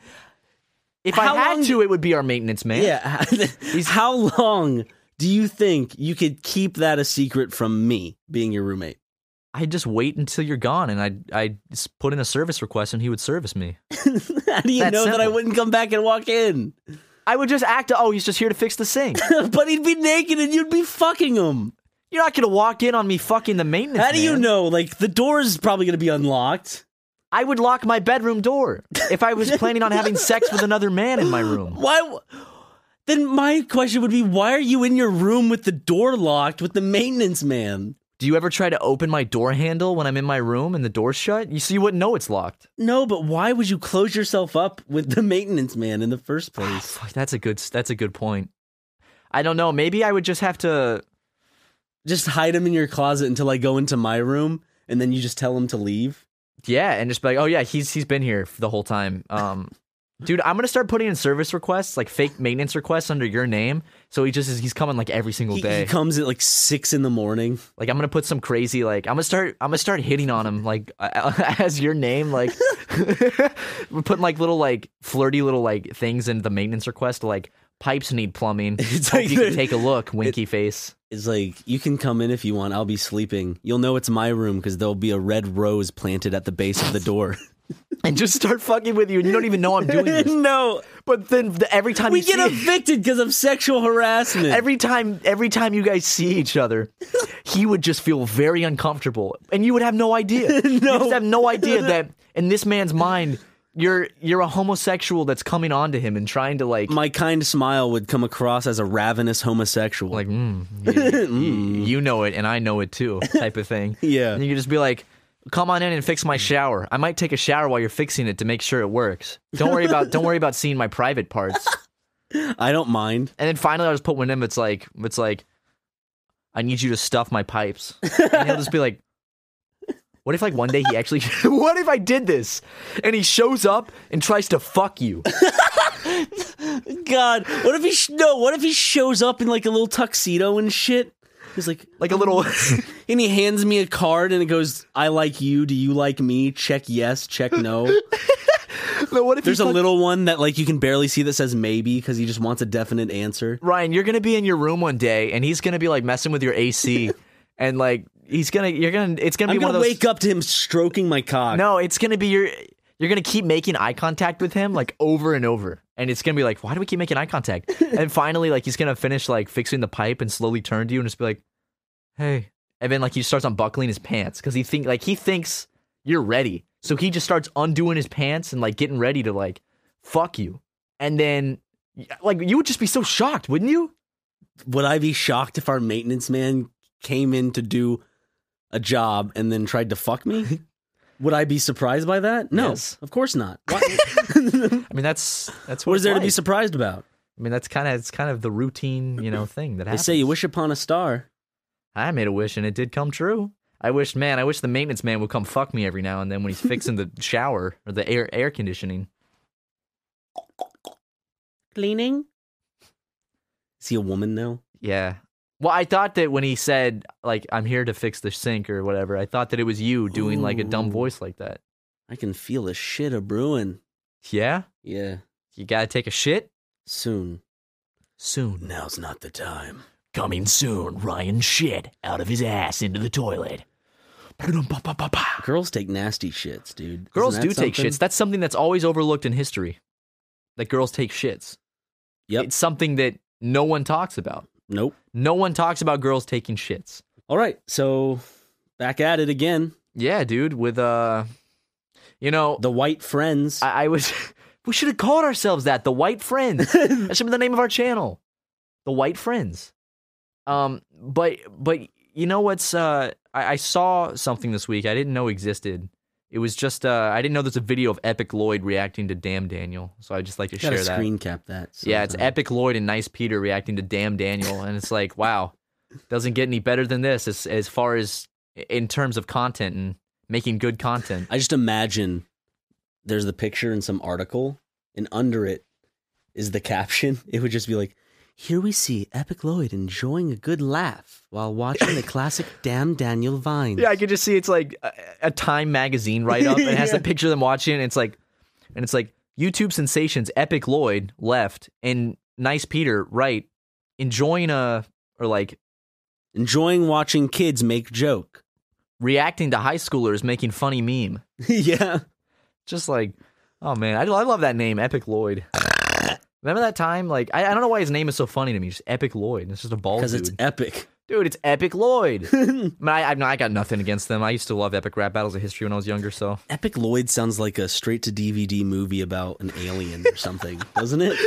if I
how
had
long-
to, it would be our maintenance man.
yeah, <laughs> how long do you think you could keep that a secret from me being your roommate? <laughs>
I'd just wait until you're gone, and I'd I'd s- put in a service request, and he would service me.
how do you
That's
know that I
simple.
wouldn't come back and walk in? <laughs>
I would just act. Oh, he's just here to fix the <laughs> sink.
but he'd be naked and you'd be fucking him.
you're not gonna walk in on me fucking the maintenance.
How do you
man.
know? Like the door's probably gonna be unlocked.
I would lock my bedroom door if I <laughs> was planning on having sex with another man in my room.
Why? w- Then my question would be, why are you in your room with the door locked with the maintenance man?
<laughs> Do you ever try to open my door handle when I'm in my room and the door's shut? You so you wouldn't know it's locked.
No, but why would you close yourself up with the maintenance man in the first
Ah,
place?
fuck, that's a good that's a good point. I don't know. Maybe I would just have to.
just hide him in your closet until I go into my room, and then you just tell him to leave.
Yeah, and just be like, oh yeah, he's he's been here the whole time. <laughs> Um, dude, I'm gonna start putting in service requests, like fake maintenance requests under your name. So he just is he's coming like every single
He,
day.
he comes at like six in the morning.
Like I'm gonna put some crazy like I'm gonna start I'm gonna start hitting on him like <laughs> as your name like <laughs> we're putting like little like flirty little like things into the maintenance request like pipes need <laughs> plumbing.
It's
Hope
like
you can
the-
take a look, <laughs> winky face.
It's like you can come in if you want. I'll be sleeping. You'll know it's my room because there'll be a red rose planted at the base of the door. <laughs>
and just start fucking with you, and you don't even know I'm <laughs> doing this.
no,
But then the, every time
we
you see
get evicted because of sexual harassment.
every time every time you guys see each other, he would just feel very uncomfortable, and you would have no
<laughs>
idea. You just have no idea that in this man's mind, you're you're a homosexual that's coming onto him and trying to like
My kind smile would come across as a ravenous homosexual.
like
<laughs>
mm, y- y- you know it and I know it too type of thing.
Hmm. Yeah.
and you could just be like. Come on in and fix my shower. I might take a shower while you're fixing it to make sure it works. Don't worry about don't worry about seeing my private parts.
I don't mind.
And then finally, I just put one in. It's like, it's like, I need you to stuff my pipes. And he'll just be like, "What if like one day he actually? <laughs> what if I did this, and he shows up and tries to fuck you?
God, what if he sh- no? What if he shows up in like a little tuxedo and shit? He's like,
Like a little, <laughs>
and he hands me a card and it goes, "I like you. Do you like me? Check yes.
<laughs>
Check no."
no, what if
There's
he
a
fuck-
little one that like you can barely see that says maybe because he just wants a definite answer.
Ryan? You're gonna be in your room one day, and he's gonna be like messing with your AC, and like he's gonna, you're gonna, it's gonna
I'm
be one
gonna
of those.
wake up to him stroking my cock.
No, it's gonna be your. You're gonna keep making eye contact with him like over and over, and it's gonna be like, why do we keep making eye
<laughs>
contact? And finally, like he's gonna finish like fixing the pipe and slowly turn to you and just be like, hey. And then like he starts unbuckling his pants because he think like he thinks you're ready, so he just starts undoing his pants and like getting ready to like fuck you, and then like you would just be so shocked, wouldn't you?
Would I be shocked if our maintenance man came in to do a job and then tried to
<laughs>
fuck me? Would I be surprised by that? No,
Yes.
of course
<laughs>
not. Why- <laughs>
I mean, that's that's what,
what is
it's
there to
like.
be surprised about?
I mean, that's kind of it's kind of the routine you know thing that
They
happens.
say you wish upon a star.
I made a wish and it did come true. I wished, man, I wish the maintenance man would come fuck me every now and then when he's fixing
<laughs>
the shower or the air air conditioning.
Cleaning. Is he a woman now?
Yeah. Well, I thought that when he said like I'm here to fix the sink or whatever, I thought that it was you doing like a dumb
Ooh.
voice like that.
I can feel a shit a brewing.
Yeah?
Yeah,
You got to take a shit
soon.
soon.
Now's not the time.
Coming soon. Ryan shit out of his ass into the toilet. Girls
Girls take nasty shits, dude. Isn't
do
that
take
something?
shits. That's something that's always overlooked in history. That girls take shits.
Yep.
It's something that no one talks about.
Nope.
No one talks about girls taking shits.
All right. So back at it again.
Yeah, dude. With uh, you know,
The white friends. <laughs>
I, I was. <laughs> we should have called ourselves that. The White Friends. <laughs> that should be the name of our channel. The White Friends. Um, but but you know what's uh, I, I saw something this week I didn't know existed. It was just uh, I didn't know there's a video of Epic Lloyd reacting to Damn Daniel. So I just like to
Gotta
share that.
screen cap that.
Yeah, it's uh,
sometime.
Epic Lloyd and Nice Peter reacting to Damn Daniel, and it's like, wow, doesn't get any better than this as as far as in terms of content and making good content.
I just imagine there's the picture in some article, and under it is the <laughs> caption. It would just be like, "Here we see Epic Lloyd enjoying a good laugh
<laughs>
while watching the classic Damn Daniel Vine."
Yeah, I could just see it's like a, a Time magazine write up, and <laughs> it has the picture of them watching, and it's like, and it's like YouTube sensations Epic Lloyd left and Nice Peter right enjoying a or like
enjoying watching kids make joke.
<laughs> reacting to high schoolers making funny meme.
<laughs> yeah,
just like oh man I, I love that name epic lloyd remember that time like I, I don't know why his name is so funny to me just epic lloyd it's just a ball
because
dude
it's epic.
dude it's epic <laughs> lloyd I, mean, I, I, I got nothing against them i used to love epic rap battles of history when i was younger so
Epic Lloyd sounds like a straight to DVD movie about an alien
<laughs>
or something, doesn't it?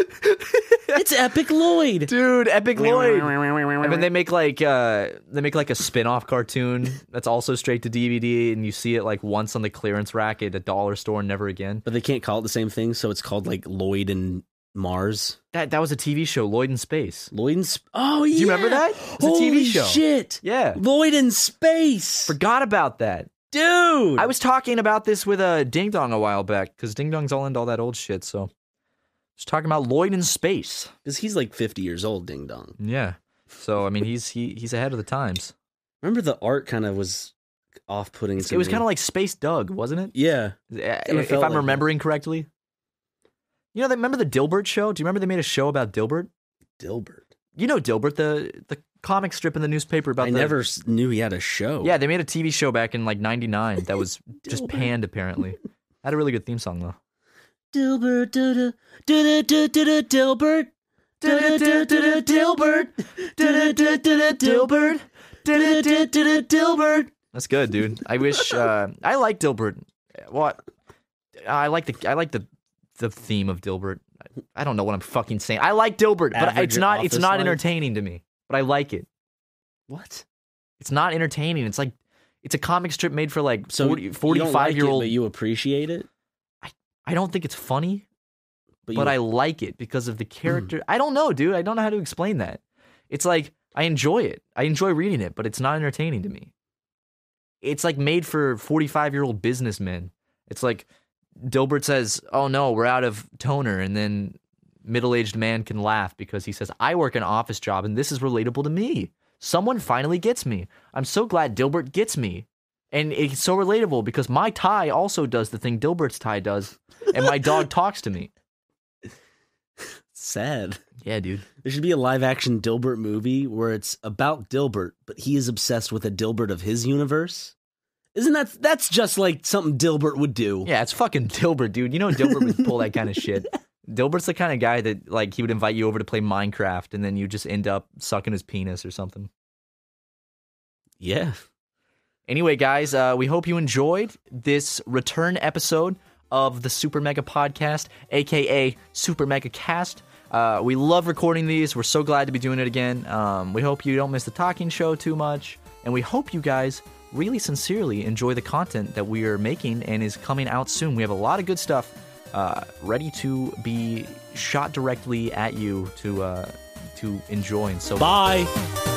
It's Epic Lloyd.
dude epic lloyd and then they make like uh they make like a spin-off cartoon that's also straight to dvd and you see it like once on the clearance rack at a dollar store and never again
But they can't call it the same thing, so it's called like Lloyd and Mars.
that that was a tv show lloyd in space
Lloyd and Sp- Oh yeah.
you remember that? It's a TV
Holy
show.
Shit.
yeah
Lloyd in space.
forgot about that
Dude.
I was talking about this with uh, Ding Dong a while back because Ding Dong's all into all that old shit. So, I was talking about Lloyd in space.
Cuz he's like 50 years old, ding dong.
Yeah. So I mean, he's he he's ahead of the times.
Remember the art kind of was off-putting to
It was
me.
kind of like Space Doug, wasn't
Yeah.
it?
kinda
If
felt
I'm
like
remembering correctly. You know, they remember the Dilbert show. Do you remember they made a show about Dilbert?
Dilbert.
You know Dilbert, the the comic strip in the newspaper about
I
the
never s- knew he had a
<laughs>
show.
Yeah, they made a TV show back in like '99 that was just
Dilbert.
panned apparently. Had a really good theme <laughs> song though.
Dilbert, da-da, da-da, da-da, Dilbert, da-da, da-da, Dilbert, da-da, da-da, Dilbert, da-da, da-da, Dilbert.
That's good, dude. I wish uh, I like Dilbert. What? I like the I like the the theme of Dilbert. I don't know what I'm fucking saying. I like Dilbert, but
Average
it's not it's
office
not
life.
entertaining to me. But I like it.
What?
It's not entertaining. It's like it's a comic strip made for like
So
40,
you don't like
45 year
it,
old.
but you appreciate it.
I don't think it's funny.
But,
but
you, Hmm.
I like it because of the character. I don't know, dude. I don't know how to explain that. It's like I enjoy it. I enjoy reading it, but it's not entertaining to me. It's like made for 45 year old businessmen. It's like Dilbert says, Oh no, we're out of toner. And then middle aged man can laugh because he says, I work an office job and this is relatable to me. Someone finally gets me. I'm so glad Dilbert gets me. And it's so relatable because my tie also does the thing Dilbert's tie does, and my dog talks to me.
sad.
Yeah, dude.
There should be a live action Dilbert movie where it's about Dilbert, but he is obsessed with a Dilbert of his universe. Isn't that that's just like something Dilbert would do?
<laughs> Yeah, it's fucking Dilbert, dude. You know Dilbert would pull that kind of <laughs> shit. Dilbert's the kind of guy that like he would invite you over to play Minecraft and then you just end up sucking his penis or something.
Yeah.
Anyway, guys, uh, we hope you enjoyed this return episode of the Super Mega Podcast, aka Super Mega Cast. Uh, we love recording these. We're so glad to be doing it again. Um, we hope you don't miss the talking show too much, and we hope you guys really sincerely enjoy the content that we are making and is coming out soon. We have a lot of good stuff uh, ready to be shot directly at you to uh, to enjoy. And so
Bye.